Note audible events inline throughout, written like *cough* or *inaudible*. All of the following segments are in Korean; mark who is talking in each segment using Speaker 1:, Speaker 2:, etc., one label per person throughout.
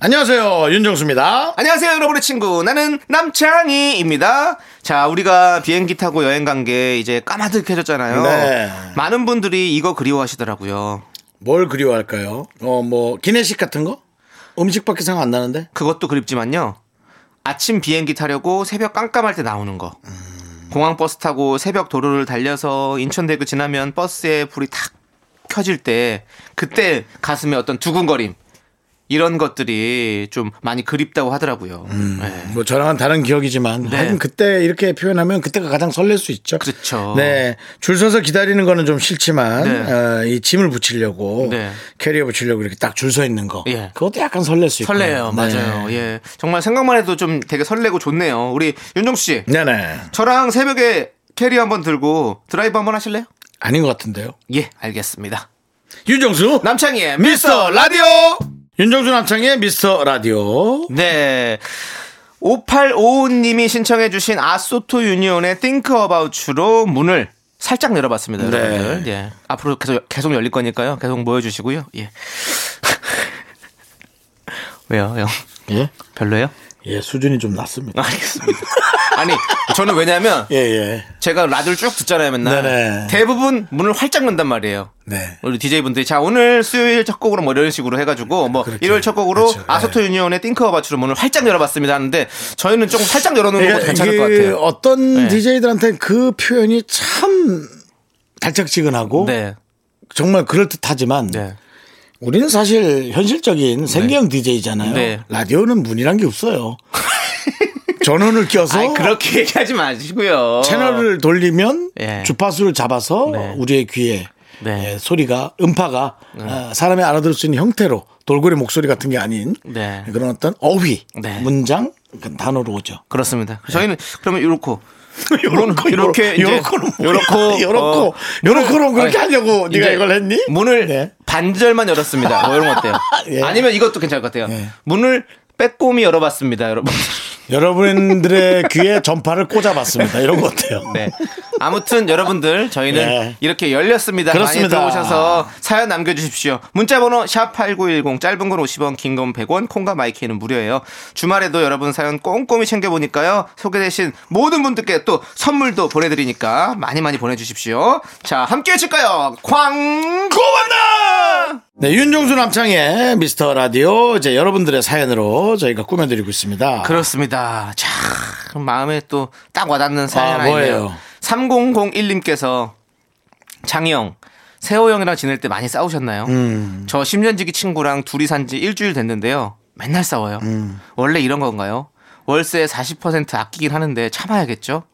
Speaker 1: 안녕하세요 윤정수입니다.
Speaker 2: 안녕하세요, 여러분의 친구. 나는 남창희입니다. 자, 우리가 비행기 타고 여행 간 게 이제 까마득해졌잖아요.
Speaker 1: 네.
Speaker 2: 많은 분들이 이거 그리워하시더라고요.
Speaker 1: 뭘 그리워할까요? 어 뭐 기내식 같은 거? 음식밖에 생각 안 나는데
Speaker 2: 그것도 그립지만요. 아침 비행기 타려고 새벽 깜깜할 때 나오는 거. 공항 버스 타고 새벽 도로를 달려서 인천대교 지나면 버스에 불이 탁 켜질 때 그때 가슴에 어떤 두근거림 이런 것들이 좀 많이 그립다고 하더라고요. 네.
Speaker 1: 뭐 저랑은 다른 기억이지만
Speaker 2: 네.
Speaker 1: 하긴 그때 이렇게 표현하면 그때가 가장 설렐 수 있죠.
Speaker 2: 그렇죠.
Speaker 1: 네, 줄 서서 기다리는 거는 좀 싫지만
Speaker 2: 네.
Speaker 1: 어, 이 짐을 붙이려고
Speaker 2: 네.
Speaker 1: 캐리어 붙이려고 이렇게 딱 줄 서 있는 거.
Speaker 2: 예.
Speaker 1: 그것도 약간 설렐 수 있고. 네.
Speaker 2: 설레요, 맞아요. 예, 정말 생각만 해도 좀 되게 설레고 좋네요. 우리 윤정수 씨,
Speaker 1: 네네.
Speaker 2: 저랑 새벽에 캐리 한번 들고 드라이브 한번 하실래요?
Speaker 1: 아닌 것 같은데요.
Speaker 2: 예, 알겠습니다.
Speaker 1: 윤정수
Speaker 2: 남창희의
Speaker 1: 미스터 라디오. 윤정수 남창의 미스터 라디오.
Speaker 2: 네. 5855님이 신청해주신 아소토 유니온의 Think About You로 문을 살짝 열어봤습니다.
Speaker 1: 네.
Speaker 2: 여러분들. 예. 앞으로 계속, 계속 열릴 거니까요. 계속 모여주시고요. 예. *laughs* 왜요, 형?
Speaker 1: 예.
Speaker 2: 별로예요?
Speaker 1: 예, 수준이 좀 낮습니다.
Speaker 2: 알겠습니다. 아니, 저는 왜냐면
Speaker 1: 예, 예.
Speaker 2: 제가 라디오를 쭉 듣잖아요, 맨날.
Speaker 1: 네네.
Speaker 2: 대부분 문을 활짝 연단 말이에요.
Speaker 1: 네.
Speaker 2: 우리 DJ분들이 자 오늘 수요일 첫 곡으로 뭐 이런 식으로 해가지고 뭐
Speaker 1: 그렇죠.
Speaker 2: 일요일 첫 곡으로
Speaker 1: 그렇죠.
Speaker 2: 아소토 유니온의 띵크어바츠로 문을 활짝 열어봤습니다 하는데 저희는 조금 살짝 열어놓는 것도 괜찮을 것
Speaker 1: 그
Speaker 2: 같아요.
Speaker 1: 어떤
Speaker 2: 네.
Speaker 1: DJ들한테 그 표현이 참 달짝지근하고
Speaker 2: 네.
Speaker 1: 정말 그럴듯하지만
Speaker 2: 네.
Speaker 1: 우리는 사실 현실적인 생계형 DJ잖아요.
Speaker 2: 네.
Speaker 1: 라디오는 문이란 게 없어요.
Speaker 2: *laughs*
Speaker 1: 전원을 껴서
Speaker 2: 아니 그렇게 얘기하지 마시고요.
Speaker 1: 어? 채널을 돌리면
Speaker 2: 예.
Speaker 1: 주파수를 잡아서
Speaker 2: 네.
Speaker 1: 우리의 귀에
Speaker 2: 네.
Speaker 1: 예, 소리가 음파가 어, 사람이 알아들을 수 있는 형태로 돌고래 목소리 같은 게 아닌
Speaker 2: 네.
Speaker 1: 그런 어떤 어휘
Speaker 2: 네.
Speaker 1: 문장 그 단어로 오죠.
Speaker 2: 그렇습니다. 저희는 그러면 요렇고
Speaker 1: *laughs* 요렇고
Speaker 2: 요렇게 이제
Speaker 1: 요렇고는 뭐야? *laughs*
Speaker 2: 요렇고,
Speaker 1: 요렇고
Speaker 2: 어,
Speaker 1: 요렇고는 그렇게
Speaker 2: 아니,
Speaker 1: 하려고 네가
Speaker 2: 이제
Speaker 1: 이걸 했니?
Speaker 2: 문을
Speaker 1: 네.
Speaker 2: 반절만 열었습니다. 뭐 이런 거 어때요?
Speaker 1: *laughs* 예.
Speaker 2: 아니면 이것도 괜찮을 것 같아요.
Speaker 1: 예.
Speaker 2: 문을 빼꼼히 열어봤습니다, 여러분. *laughs*
Speaker 1: 여러분들의 *laughs* 귀에 전파를 꽂아봤습니다. 이런 거 어때요?
Speaker 2: 네. 아무튼 여러분들 저희는
Speaker 1: 네.
Speaker 2: 이렇게 열렸습니다.
Speaker 1: 그렇습니다.
Speaker 2: 많이 들어오셔서 사연 남겨주십시오. 문자번호 샵 #8910 짧은 건 50원, 긴 건 100원, 콩과 마이키는 무료예요. 주말에도 여러분 사연 꼼꼼히 챙겨보니까요. 소개되신 모든 분들께 또 선물도 보내드리니까 많이 많이 보내주십시오. 자, 함께 해줄까요? 광 고만나.
Speaker 1: 네, 윤종수 남창의 미스터 라디오 이제 여러분들의 사연으로 저희가 꾸며드리고 있습니다.
Speaker 2: 그렇습니다. 참 마음에 또 딱 와닿는 사연
Speaker 1: 아,
Speaker 2: 아, 니네요
Speaker 1: 뭐예요?
Speaker 2: 3001님께서 장영 세호 형이랑 지낼 때 많이 싸우셨나요?
Speaker 1: 음.
Speaker 2: 저 10년지기 친구랑 둘이 산지 일주일 됐는데요. 맨날 싸워요.
Speaker 1: 음.
Speaker 2: 원래 이런 건가요? 월세 40% 아끼긴 하는데
Speaker 1: *laughs*
Speaker 2: 참아야겠죠?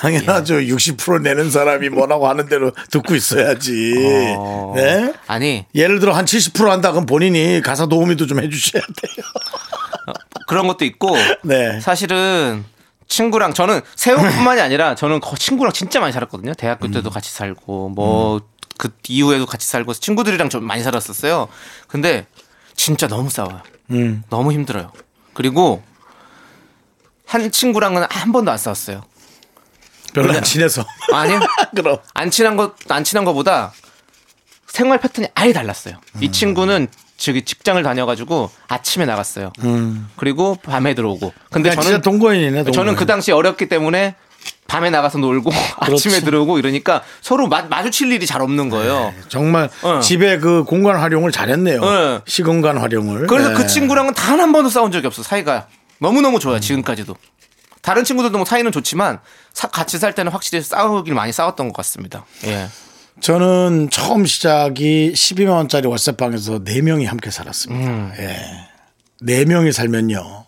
Speaker 1: 당연하죠. 60% 내는 사람이 뭐라고 하는 대로 듣고 있어야지.
Speaker 2: 어,
Speaker 1: 네.
Speaker 2: 아니
Speaker 1: 예를 들어 한 70% 한다 그럼 본인이 가사 도우미도 좀 해주셔야 돼요.
Speaker 2: 그런 것도 있고
Speaker 1: 네.
Speaker 2: 사실은 친구랑 저는
Speaker 1: *laughs*
Speaker 2: 세훈뿐만이 아니라 저는 거- 친구랑 진짜 많이 살았거든요.
Speaker 1: 음.
Speaker 2: 대학교 때도 같이 살고 뭐 그 이후에도 같이 살고 친구들이랑 좀 많이 살았었어요. 근데 진짜 너무 싸워요.
Speaker 1: 음.
Speaker 2: 너무 힘들어요. 그리고 한 친구랑은 한 번도 안 싸웠어요.
Speaker 1: 별로 안 친해서.
Speaker 2: 아니요.
Speaker 1: *laughs* 그럼.
Speaker 2: 안 친한 것, 안 친한 것보다 생활 패턴이 아예 달랐어요.
Speaker 1: 음.
Speaker 2: 이 친구는 저기 직장을 다녀가지고 아침에 나갔어요. 그리고 밤에 들어오고. 근데
Speaker 1: 음. 그냥 진짜
Speaker 2: 저는
Speaker 1: 동거인이네. 동거인.
Speaker 2: 저는 그 당시 어렸기 때문에 밤에 나가서 놀고 *laughs* 아침에
Speaker 1: 그렇지.
Speaker 2: 들어오고 이러니까 서로 마, 마주칠 일이 잘 없는 거예요.
Speaker 1: 네. 정말
Speaker 2: 어.
Speaker 1: 집에 그 공간 활용을 잘했네요.
Speaker 2: 네.
Speaker 1: 시공간 활용을.
Speaker 2: 그래서
Speaker 1: 네.
Speaker 2: 그 친구랑은 단 한 번도 싸운 적이 없어. 사이가 너무 너무 좋아요. 지금까지도. 다른 친구들도 뭐 사이는 좋지만 사- 같이 살 때는 확실히 싸우길 많이 싸웠던 것 같습니다. 예.
Speaker 1: 저는 처음 시작이 12만 원짜리 월세방에서 네 명이 함께
Speaker 2: 음.
Speaker 1: 살았습니다. 예. 네 명이 살면요.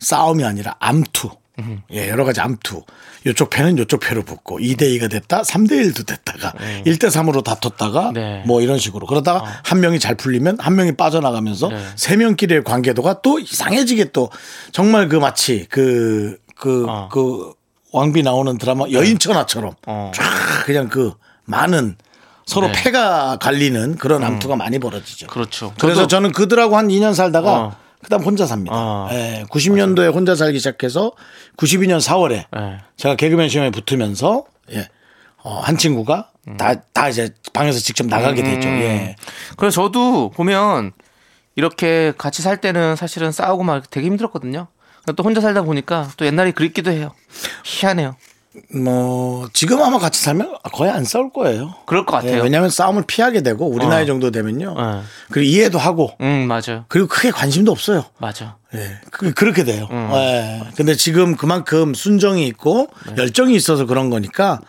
Speaker 1: 싸움이 아니라 암투.
Speaker 2: 음.
Speaker 1: 예, 여러 가지 암투. 요쪽 패는 요쪽 패로 붙고 2대 2가 됐다, 3대 1도 됐다가 1대 3으로 다퉜다가
Speaker 2: 네.
Speaker 1: 뭐 이런 식으로. 그러다가 한 명이 잘 풀리면 한 명이 빠져나가면서
Speaker 2: 아. 네.
Speaker 1: 세 명끼리의 관계도가 또 이상해지게 또 정말 그 마치 그 그,
Speaker 2: 어.
Speaker 1: 그 왕비 나오는 드라마 여인천하처럼
Speaker 2: 네. 어.
Speaker 1: 쫙 그냥 그 많은 서로
Speaker 2: 네. 음.
Speaker 1: 패가 갈리는 그런 암투가 많이 벌어지죠.
Speaker 2: 그렇죠.
Speaker 1: 그래서
Speaker 2: 저도-
Speaker 1: 저는 그들하고 한 2년 살다가
Speaker 2: 어.
Speaker 1: 그다음 혼자 삽니다.
Speaker 2: 어.
Speaker 1: 예, 90년도에 혼자 살기 시작해서 92년 4월에
Speaker 2: 예.
Speaker 1: 제가 개그맨 시험에 붙으면서 예, 어, 한 친구가
Speaker 2: 음.
Speaker 1: 다, 다 이제 방에서 직접 나가게 되죠. 예.
Speaker 2: 그래서 저도 보면 이렇게 같이 살 때는 사실은 싸우고 막 되게 힘들었거든요. 근데 또 혼자 살다 보니까 또 옛날이 그립기도 해요. 희한해요.
Speaker 1: 뭐 지금 아마 같이 살면 거의 안 싸울 거예요.
Speaker 2: 그럴 것 같아요.
Speaker 1: 왜냐하면 싸움을 피하게 되고 우리
Speaker 2: 어.
Speaker 1: 나이 정도 되면요.
Speaker 2: 예.
Speaker 1: 그리고 이해도 하고
Speaker 2: 음 맞아요.
Speaker 1: 그리고 크게 관심도 없어요.
Speaker 2: 맞아.
Speaker 1: 예, 그, 그렇게 돼요.
Speaker 2: 음.
Speaker 1: 예. 근데 지금 그만큼 순정이 있고
Speaker 2: 네.
Speaker 1: 열정이 있어서 그런 거니까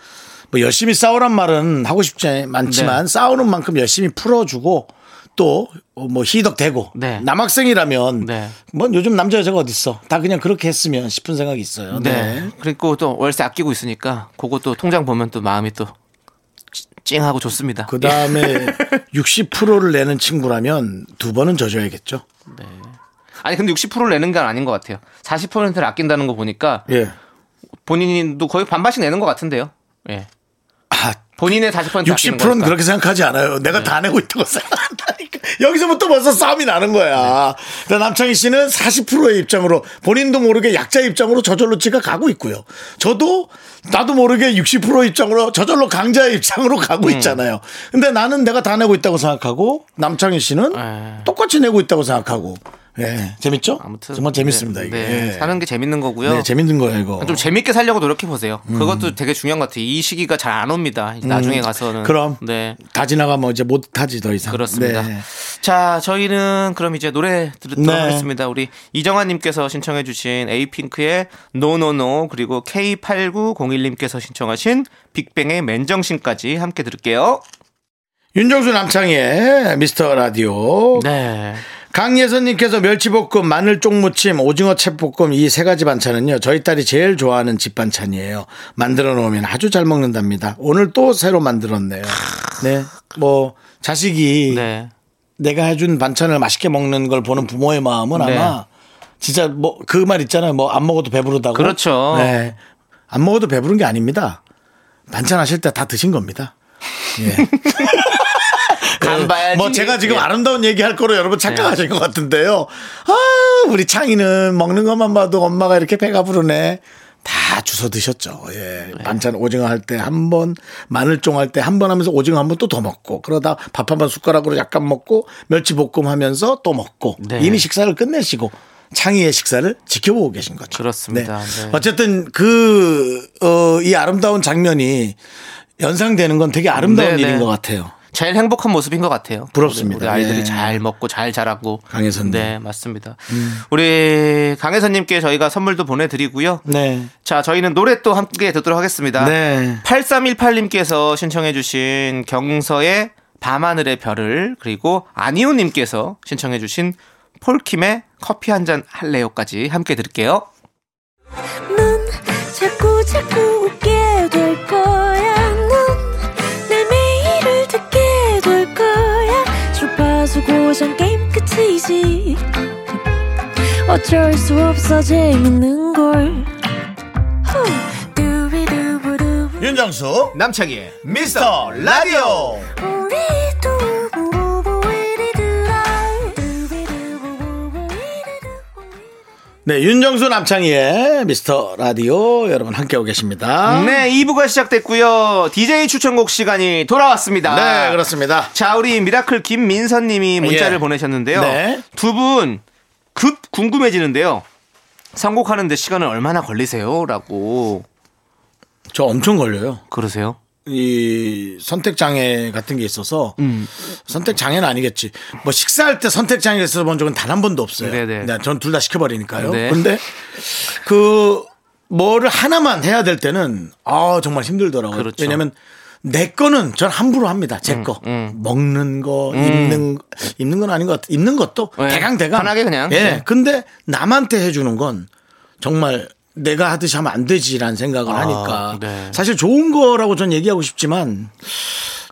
Speaker 1: 뭐 열심히 싸우란 말은 하고 싶지
Speaker 2: 네.
Speaker 1: 않지만 싸우는 만큼 열심히 풀어주고 또 뭐 희덕대고
Speaker 2: 네.
Speaker 1: 남학생이라면
Speaker 2: 네.
Speaker 1: 뭐 요즘 남자 여자가 어딨어 다 그냥 그렇게 했으면 싶은 생각이 있어요.
Speaker 2: 네. 그리고 또 월세 아끼고 있으니까 그거 또 통장 보면 또 마음이 또 찡- 찡하고 좋습니다.
Speaker 1: 그
Speaker 2: *laughs*
Speaker 1: 다음에 60%를 내는 친구라면 두 번은 져줘야겠죠.
Speaker 2: 아니 근데 60%를 내는 건 아닌 것 같아요. 40%를 아낀다는 거 보니까
Speaker 1: 예.
Speaker 2: 본인도 거의 반반씩 내는 것 같은데요. 예.
Speaker 1: 아,
Speaker 2: 본인의 40%
Speaker 1: 60%는
Speaker 2: 아끼는 거니까. 네.
Speaker 1: 그렇게 생각하지 않아요. 내가 다 내고 있다고 *laughs* 생각한다니까. 여기서부터 벌써 싸움이 나는 거야.
Speaker 2: 네.
Speaker 1: 근데 남창희 씨는 40%의 입장으로 본인도 모르게 약자 입장으로 저절로 지가 가고 있고요. 저도 나도 모르게 60%의 입장으로 저절로 강자의 입장으로 가고
Speaker 2: 음.
Speaker 1: 있잖아요. 근데 나는 내가 다 내고 있다고 생각하고 남창희 씨는
Speaker 2: 에.
Speaker 1: 똑같이 내고 있다고 생각하고. 예, 재밌죠?
Speaker 2: 네. 아무튼
Speaker 1: 정말 재밌습니다.
Speaker 2: 네,
Speaker 1: 이게.
Speaker 2: 네.
Speaker 1: 예.
Speaker 2: 사는 게 재밌는 거고요. 아,
Speaker 1: 네, 재밌는 거예요, 이거.
Speaker 2: 좀 재밌게 살려고 노력해 보세요. 그것도 되게 중요한 것 같아요. 이 시기가 잘 안 옵니다. 나중에 가서는.
Speaker 1: 음. 그럼
Speaker 2: 네.
Speaker 1: 다 지나가면 이제 못하지 더 이상.
Speaker 2: 그렇습니다.
Speaker 1: 네.
Speaker 2: 자, 저희는 그럼 이제 노래 들으도록
Speaker 1: 네.
Speaker 2: 하겠습니다. 우리 이정아님께서 신청해주신 에이핑크의 노노노 그리고 K8901님께서 신청하신 빅뱅의 맨정신까지 함께 들을게요.
Speaker 1: 윤정수 남창희의 미스터 라디오.
Speaker 2: 네.
Speaker 1: 강예선님께서 멸치볶음, 마늘 쪽무침, 오징어 채볶음 이 세 가지 반찬은요 저희 딸이 제일 좋아하는 집 반찬이에요. 만들어 놓으면 아주 잘 먹는답니다. 오늘 또 새로 만들었네요. 네, 뭐 자식이
Speaker 2: 네.
Speaker 1: 내가 해준 반찬을 맛있게 먹는 걸 보는 부모의 마음은
Speaker 2: 네.
Speaker 1: 아마 진짜 뭐 그 말 있잖아요. 뭐 안 먹어도 배부르다고.
Speaker 2: 그렇죠.
Speaker 1: 네. 안 먹어도 배부른 게 아닙니다. 반찬 하실 때 다 드신 겁니다. 예.
Speaker 2: 간 봐야지.
Speaker 1: 뭐 제가 지금
Speaker 2: 예.
Speaker 1: 아름다운 얘기할 거로 여러분 착각하신 것 같은데요. 아, 우리 창이는 먹는 것만 봐도 엄마가 이렇게 배가 부르네. 다 주워 드셨죠. 예. 반찬 오징어 할 때 한 번, 마늘쫑 할 때 한 번 하면서 오징어 한 번 또 더 먹고 그러다 밥 한 번 숟가락으로 약간 먹고 멸치 볶음 하면서 또 먹고
Speaker 2: 네.
Speaker 1: 이미 식사를 끝내시고 창의의 식사를 지켜보고 계신 거죠.
Speaker 2: 그렇습니다. 네.
Speaker 1: 어쨌든 그, 어, 이 아름다운 장면이 연상되는 건 되게 아름다운
Speaker 2: 네,
Speaker 1: 일인
Speaker 2: 네.
Speaker 1: 것 같아요.
Speaker 2: 제일 행복한 모습인 것 같아요.
Speaker 1: 부럽습니다.
Speaker 2: 우리, 우리 아이들이
Speaker 1: 예.
Speaker 2: 잘 먹고 잘 자라고.
Speaker 1: 강혜선님. 음.
Speaker 2: 네, 맞습니다. 우리 강혜선님께 저희가 선물도 보내드리고요.
Speaker 1: 네.
Speaker 2: 자, 저희는 노래 또 함께 듣도록 하겠습니다.
Speaker 1: 네.
Speaker 2: 8318님께서 신청해주신 경서의 밤하늘의 별을 그리고 아니오님께서 신청해주신 폴킴의 커피 한 잔 할래요까지 함께 들을게요.
Speaker 3: 넌 자꾸 자꾸 웃게 될 거야. 넌내 매일을 듣게 될 거야. 주파수 고정 게임 끝이지. 어쩔 수 없어 재밌는 걸. 후. 두비두부두부.
Speaker 1: 윤정수
Speaker 2: 남창희의
Speaker 1: 미스터 라디오
Speaker 3: 우리 두부부부 우리들아. 두비두부부부 우리들아.
Speaker 1: 네 윤정수 남창희의 미스터 라디오 여러분 함께하고 계십니다
Speaker 2: 네, 2부가 시작됐고요. DJ 추천곡 시간이 돌아왔습니다.
Speaker 1: 네, 그렇습니다
Speaker 2: 자, 우리 미라클 김민선 님이 문자를
Speaker 1: 예.
Speaker 2: 보내셨는데요.
Speaker 1: 네.
Speaker 2: 두 분 급 궁금해지는데요. 선곡하는데 시간은 얼마나 걸리세요? 라고
Speaker 1: 저 엄청 걸려요
Speaker 2: 그러세요?
Speaker 1: 이 선택 장애 같은 게 있어서
Speaker 2: 음.
Speaker 1: 선택 장애는 아니겠지 뭐 식사할 때 선택 장애가 있어 본 적은 단 한 번도 없어요
Speaker 2: 네네.
Speaker 1: 전 둘 다 시켜버리니까요
Speaker 2: 네.
Speaker 1: 근데 그 뭐를 하나만 해야 될 때는 아 정말 힘들더라고요
Speaker 2: 그렇죠. 음,
Speaker 1: 왜냐면 내 거는 전 함부로 합니다. 제 거. 먹는 거, 입는 거, 입는 건 아닌 것 같아. 입는 것도
Speaker 2: 네.
Speaker 1: 대강 대강.
Speaker 2: 편하게 그냥.
Speaker 1: 예.
Speaker 2: 네.
Speaker 1: 근데 남한테 해주는 건 정말 내가 하듯이 하면 안 되지라는 생각을 하니까
Speaker 2: 네.
Speaker 1: 사실 좋은 거라고 전 얘기하고 싶지만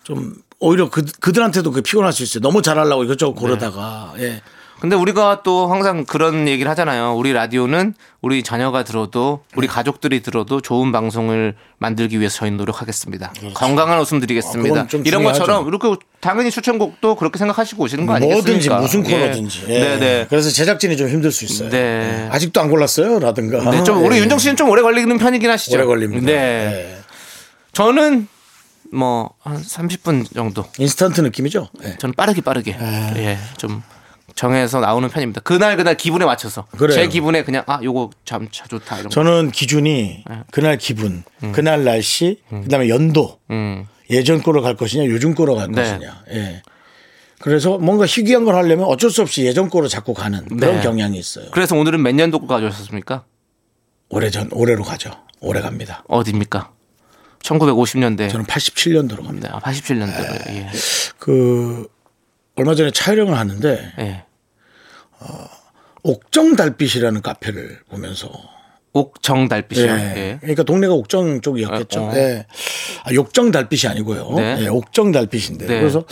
Speaker 1: 좀 오히려 그, 그들한테도 그 피곤할 수 있어요. 너무 잘하려고 이것저것 고르다가 예.
Speaker 2: 근데 우리가 또 항상 그런 얘기를 하잖아요. 우리 라디오는 우리 자녀가 들어도 우리 가족들이 들어도 좋은 방송을 만들기 위해서 저희는 노력하겠습니다. 건강한 웃음 드리겠습니다.
Speaker 1: 그렇죠. 아, 그건 좀
Speaker 2: 이런
Speaker 1: 중요하죠.
Speaker 2: 것처럼 이렇게 당연히 추천곡도 그렇게 생각하시고 오시는 거 아니겠습니까?
Speaker 1: 뭐든지 무슨 코너든지.
Speaker 2: 예.
Speaker 1: 예.
Speaker 2: 네네.
Speaker 1: 그래서 제작진이 좀 힘들 수 있어요. 예.
Speaker 2: 네.
Speaker 1: 아직도 안 골랐어요라든가.
Speaker 2: 네, 좀 우리
Speaker 1: 예.
Speaker 2: 윤정 씨는 좀 오래 걸리는 편이긴 하시죠.
Speaker 1: 오래 걸립니다.
Speaker 2: 네.
Speaker 1: 예.
Speaker 2: 저는 뭐 한 30분 정도.
Speaker 1: 인스턴트 느낌이죠. 예.
Speaker 2: 저는 빠르게 빠르게
Speaker 1: 네.
Speaker 2: 예, 좀 정해서 나오는 편입니다. 그날 그날 기분에 맞춰서
Speaker 1: 그래요.
Speaker 2: 제 기분에 그냥 아 요거 참 참 좋다 이런 거.
Speaker 1: 저는 기준이 그날 기분, 그날 날씨, 그다음에 연도.
Speaker 2: 음.
Speaker 1: 예전 거로 갈 것이냐, 요즘 거로 갈
Speaker 2: 네.
Speaker 1: 것이냐. 예. 그래서 뭔가 희귀한 걸 하려면 어쩔 수 없이 예전 거로 자꾸 가는 그런
Speaker 2: 네.
Speaker 1: 경향이 있어요.
Speaker 2: 그래서 오늘은 몇 년도 가져오셨습니까?
Speaker 1: 오래전 올해로 가죠. 오래 갑니다.
Speaker 2: 어디입니까? 1950년대.
Speaker 1: 저는 네. 87년도로 갑니다.
Speaker 2: 네, 아, 87년대. 예.
Speaker 1: 그 얼마 전에 촬영을 하는데
Speaker 2: 예.
Speaker 1: 옥정 달빛이라는 카페를 보면서
Speaker 2: 옥정 달빛이요.
Speaker 1: 예.
Speaker 2: 예.
Speaker 1: 그러니까 동네가 옥정 쪽이었겠죠.
Speaker 2: 어, 어.
Speaker 1: 예. 아, 욕정 달빛이 아니고요.
Speaker 2: 네.
Speaker 1: 예, 옥정 달빛인데.
Speaker 2: 네.
Speaker 1: 그래서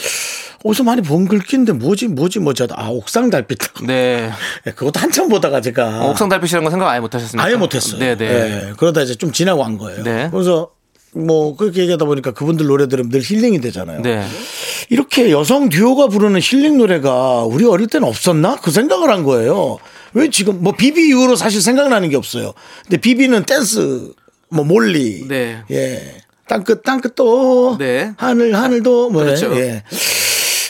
Speaker 1: 어디서 많이 본 글귀인데 뭐지 뭐지 뭐지 하다 아 옥상 달빛. *laughs*
Speaker 2: 네. 뭐
Speaker 1: 예, 그것도 한참 보다가 제가
Speaker 2: 아, 옥상 달빛이라는 거 생각 아예 못 하셨습니까?
Speaker 1: 아예 못했어요.
Speaker 2: 네, 네.
Speaker 1: 예, 그러다 이제 좀 지나고 한 거예요.
Speaker 2: 네.
Speaker 1: 그래서 뭐 그렇게 얘기하다 보니까 그분들 노래 들으면 늘 힐링이 되잖아요.
Speaker 2: 네.
Speaker 1: 이렇게 여성 듀오가 부르는 힐링 노래가 우리 어릴 때는 없었나? 그 생각을 한 거예요. 왜 지금 뭐 비비 이후로 사실 생각나는 게 없어요. 근데 비비는 댄스 뭐 몰리
Speaker 2: 네.
Speaker 1: 예. 땅끝 땅끝도
Speaker 2: 네.
Speaker 1: 하늘 하늘도 뭐
Speaker 2: 그렇죠.
Speaker 1: 예.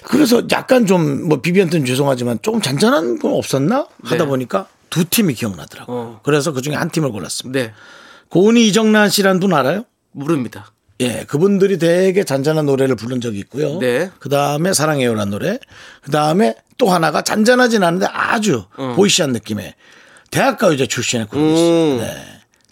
Speaker 1: 그래서 약간 좀 뭐 비비한테는 죄송하지만 조금 잔잔한 건 없었나 하다
Speaker 2: 네.
Speaker 1: 보니까 두 팀이 기억나더라고요.
Speaker 2: 어.
Speaker 1: 그래서 그 중에 한 팀을 골랐습니다.
Speaker 2: 네.
Speaker 1: 고은이 이정란 씨라는 분 알아요?
Speaker 2: 모릅니다.
Speaker 1: 예, 그분들이 되게 잔잔한 노래를 부른 적이 있고요.
Speaker 2: 네.
Speaker 1: 그 다음에 사랑해요라는 노래. 그 다음에 또 하나가 잔잔하진 않은데 아주 보이시한 느낌의 대학가 요제 출신의 그룹이 있어요.
Speaker 2: 어. 음.
Speaker 1: 네.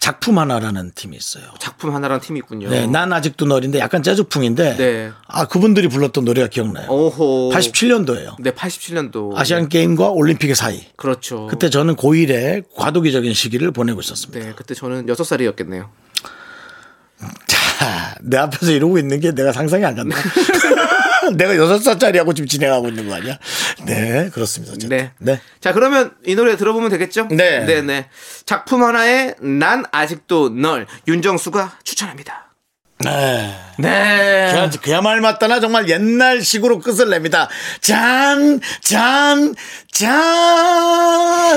Speaker 1: 작품 하나라는 팀이 있어요.
Speaker 2: 작품 하나랑 팀이 있군요.
Speaker 1: 네, 난 아직도 너린데 약간 재즈풍인데
Speaker 2: 네.
Speaker 1: 아 그분들이 불렀던 노래가 기억나요.
Speaker 2: 오호.
Speaker 1: 87년도예요.
Speaker 2: 네, 87년도.
Speaker 1: 아시안 게임과 올림픽의 사이.
Speaker 2: 그렇죠.
Speaker 1: 그때 저는 고1의 과도기적인 시기를 보내고 있었습니다.
Speaker 2: 네, 그때 저는 6살이었겠네요.
Speaker 1: 자, 내 앞에서 이러고 있는 게 내가 상상이 안 간다. *laughs* 내가 여섯 살짜리하고 지금 진행하고 있는 거 아니야? 네, 그렇습니다. 어쨌든.
Speaker 2: 네.
Speaker 1: 네.
Speaker 2: 자, 그러면 이 노래 들어보면 되겠죠?
Speaker 1: 네.
Speaker 2: 네, 네. 작품 하나에 난 아직도 널 윤정수가 추천합니다.
Speaker 1: 네.
Speaker 2: 네.
Speaker 1: 그야, 그야말 마따나 정말 옛날식으로 끝을 냅니다. 짠, 짠, 짠.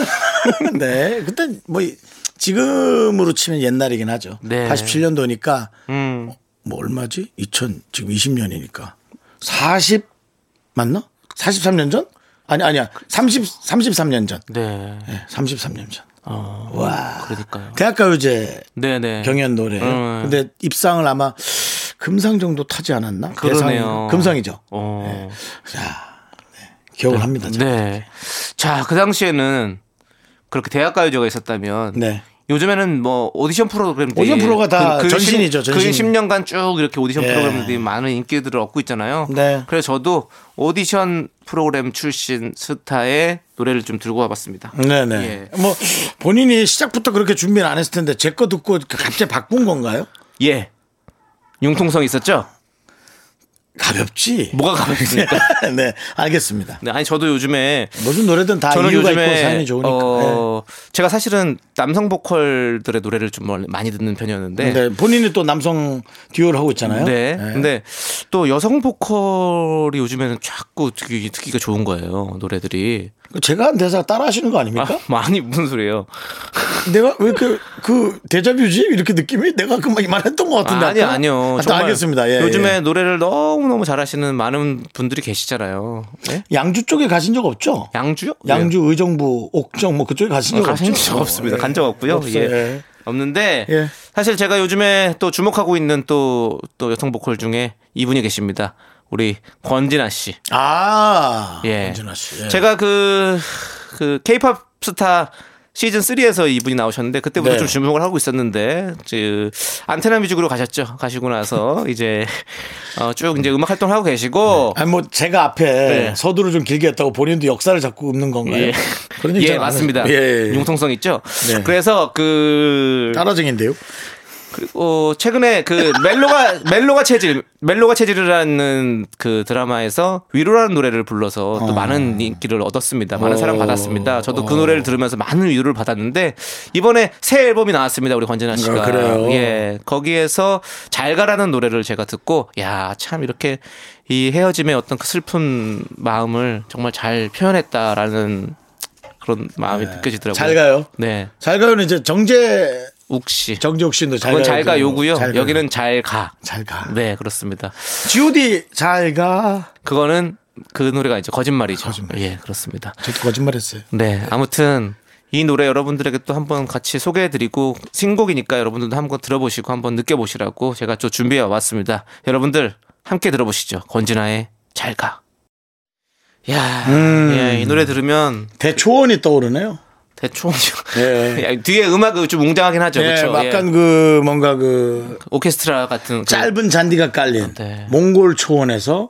Speaker 1: *laughs* 네. 그때 뭐 이- 지금으로 치면 옛날이긴 하죠.
Speaker 2: 네.
Speaker 1: 87년도니까
Speaker 2: 음.
Speaker 1: 뭐 얼마지? 2000 지금 20년이니까 40 맞나? 43년 전? 아니 아니야. 30 33년 전.
Speaker 2: 네.
Speaker 1: 네, 33년 전.
Speaker 2: 어.
Speaker 1: 와.
Speaker 2: 그러니까요.
Speaker 1: 대학가요제
Speaker 2: 네, 네.
Speaker 1: 경연 노래.
Speaker 2: 음.
Speaker 1: 근데 입상을 아마 금상 정도 타지 않았나?
Speaker 2: 그러네요.
Speaker 1: 대상, 금상이죠.
Speaker 2: 어.
Speaker 1: 자, 네. 기억을 합니다.
Speaker 2: 네.
Speaker 1: 제가.
Speaker 2: 자, 그 당시에는 그렇게 대학가요제가 있었다면
Speaker 1: 네.
Speaker 2: 요즘에는 뭐 오디션 프로그램들이
Speaker 1: 오디션 프로가 다
Speaker 2: 십-
Speaker 1: 전신이죠, 전신.
Speaker 2: 그 10년간 쭉 이렇게 오디션
Speaker 1: 예.
Speaker 2: 프로그램들이 많은 인기들을 얻고 있잖아요.
Speaker 1: 네.
Speaker 2: 그래서 저도 오디션 프로그램 출신 스타의 노래를 좀 들고 와봤습니다.
Speaker 1: 네네.
Speaker 2: 예.
Speaker 1: 뭐 본인이 시작부터 그렇게 준비를 안 했을 텐데 제 거 듣고 갑자기 바꾼 건가요?
Speaker 2: 예. 융통성 있었죠?
Speaker 1: 가볍지.
Speaker 2: 뭐가 가볍습니까?
Speaker 1: *laughs* 네, 알겠습니다.
Speaker 2: 네, 아니 저도 요즘에
Speaker 1: 무슨 노래든 다
Speaker 2: 저는
Speaker 1: 아, 이유가
Speaker 2: 요즘에
Speaker 1: 있고 사연이 좋으니까. 네.
Speaker 2: 어, 제가 사실은 남성 보컬들의 노래를 좀 원래 많이 듣는 편이었는데
Speaker 1: 네. 근데 본인이 또 남성 듀오를 하고 있잖아요. 네.
Speaker 2: 네. 근데 또 여성 보컬이 요즘에는 자꾸 듣기, 듣기가 좋은 거예요. 노래들이.
Speaker 1: 제가 한 대사 따라 하시는 거 아닙니까?
Speaker 2: 아, 많이 무슨 소리예요? 아. *laughs*
Speaker 1: 내가 왜 그, 그, 데자뷰지? 이렇게 느낌이 내가 그만 이만했던 것 같은데.
Speaker 2: 아니
Speaker 1: 아까?
Speaker 2: 아니요.
Speaker 1: 하여튼
Speaker 2: 정말
Speaker 1: 알겠습니다. 예,
Speaker 2: 요즘에
Speaker 1: 예.
Speaker 2: 노래를 너무 너무 잘하시는 많은 분들이 계시잖아요. 예?
Speaker 1: 양주 쪽에 가신 적 없죠?
Speaker 2: 양주요?
Speaker 1: 양주 의정부, 옥정 뭐 그쪽에 가신 적
Speaker 2: 예. 가신
Speaker 1: 없죠?
Speaker 2: 적 없습니다.
Speaker 1: 예.
Speaker 2: 간 적 없고요.
Speaker 1: 없어요.
Speaker 2: 예.
Speaker 1: 예.
Speaker 2: 없는데
Speaker 1: 예.
Speaker 2: 사실 제가 요즘에 또 주목하고 있는 또, 또 여성 보컬 중에 이분이 계십니다. 우리 권진아 씨.
Speaker 1: 아.
Speaker 2: 예.
Speaker 1: 권진아 씨. 예.
Speaker 2: 제가 그, 그 K-팝 스타 시즌 3에서 이분이 나오셨는데 그때부터
Speaker 1: 네.
Speaker 2: 좀
Speaker 1: *laughs*
Speaker 2: 주목을 하고 있었는데 그 안테나 뮤직으로 가셨죠. 가시고 나서 이제 어, 쭉 이제 음악 활동을 하고 계시고
Speaker 1: 아니 뭐 제가 앞에
Speaker 2: 네.
Speaker 1: 서두를 좀 길게 했다고 본인도 역사를 자꾸 읊는 건가요?
Speaker 2: 예.
Speaker 1: 그런 얘기
Speaker 2: 예,
Speaker 1: 잘 안
Speaker 2: 맞습니다.
Speaker 1: 해요. 네, 예, 예.
Speaker 2: 융통성 있죠.
Speaker 1: 네.
Speaker 2: 그래서 그
Speaker 1: 따라쟁인데요.
Speaker 2: 그리고 최근에 그 멜로가 *laughs* 멜로가 체질 멜로가 체질이라는 그 드라마에서 위로라는 노래를 불러서
Speaker 1: 어.
Speaker 2: 또 많은 인기를 얻었습니다. 많은 사랑 받았습니다. 저도 그 노래를 들으면서 많은 위로를 받았는데 이번에 새 앨범이 나왔습니다. 우리 권진아 씨가
Speaker 1: 아, 그래요?
Speaker 2: 예 거기에서 잘 가라는 노래를 제가 듣고 야 참 이렇게 이 헤어짐의 어떤 그 슬픈 마음을 정말 잘 표현했다라는 그런 마음이 느껴지더라고요.
Speaker 1: 잘 가요.
Speaker 2: 네,
Speaker 1: 잘가요는 이제 정재
Speaker 2: 욱씨.
Speaker 1: 정재욱 씨도 잘가
Speaker 2: 그건 잘가 요고요. 여기는 잘 가.
Speaker 1: 잘가.
Speaker 2: 네, 그렇습니다.
Speaker 1: G.O.D. 잘가.
Speaker 2: 그거는 그 노래가 이제 거짓말이죠. 예, 그렇습니다.
Speaker 1: 저도 거짓말했어요.
Speaker 2: 네, 아무튼 이 노래 여러분들에게 또 한번 같이 소개해드리고 신곡이니까 여러분들도 한번 들어보시고 한번 느껴보시라고 제가 또 준비해 왔습니다. 여러분들 함께 들어보시죠. 권진아의 잘 가. 야, 예, 이 노래 들으면
Speaker 1: 대초원이 떠오르네요.
Speaker 2: 대충 *laughs*
Speaker 1: 예.
Speaker 2: 야, 뒤에 음악이 그 좀 웅장하긴 하죠.
Speaker 1: 예,
Speaker 2: 그렇죠.
Speaker 1: 약간 그 뭔가 그
Speaker 2: 오케스트라 같은 그-
Speaker 1: 짧은 잔디가 깔린
Speaker 2: 네.
Speaker 1: 몽골 초원에서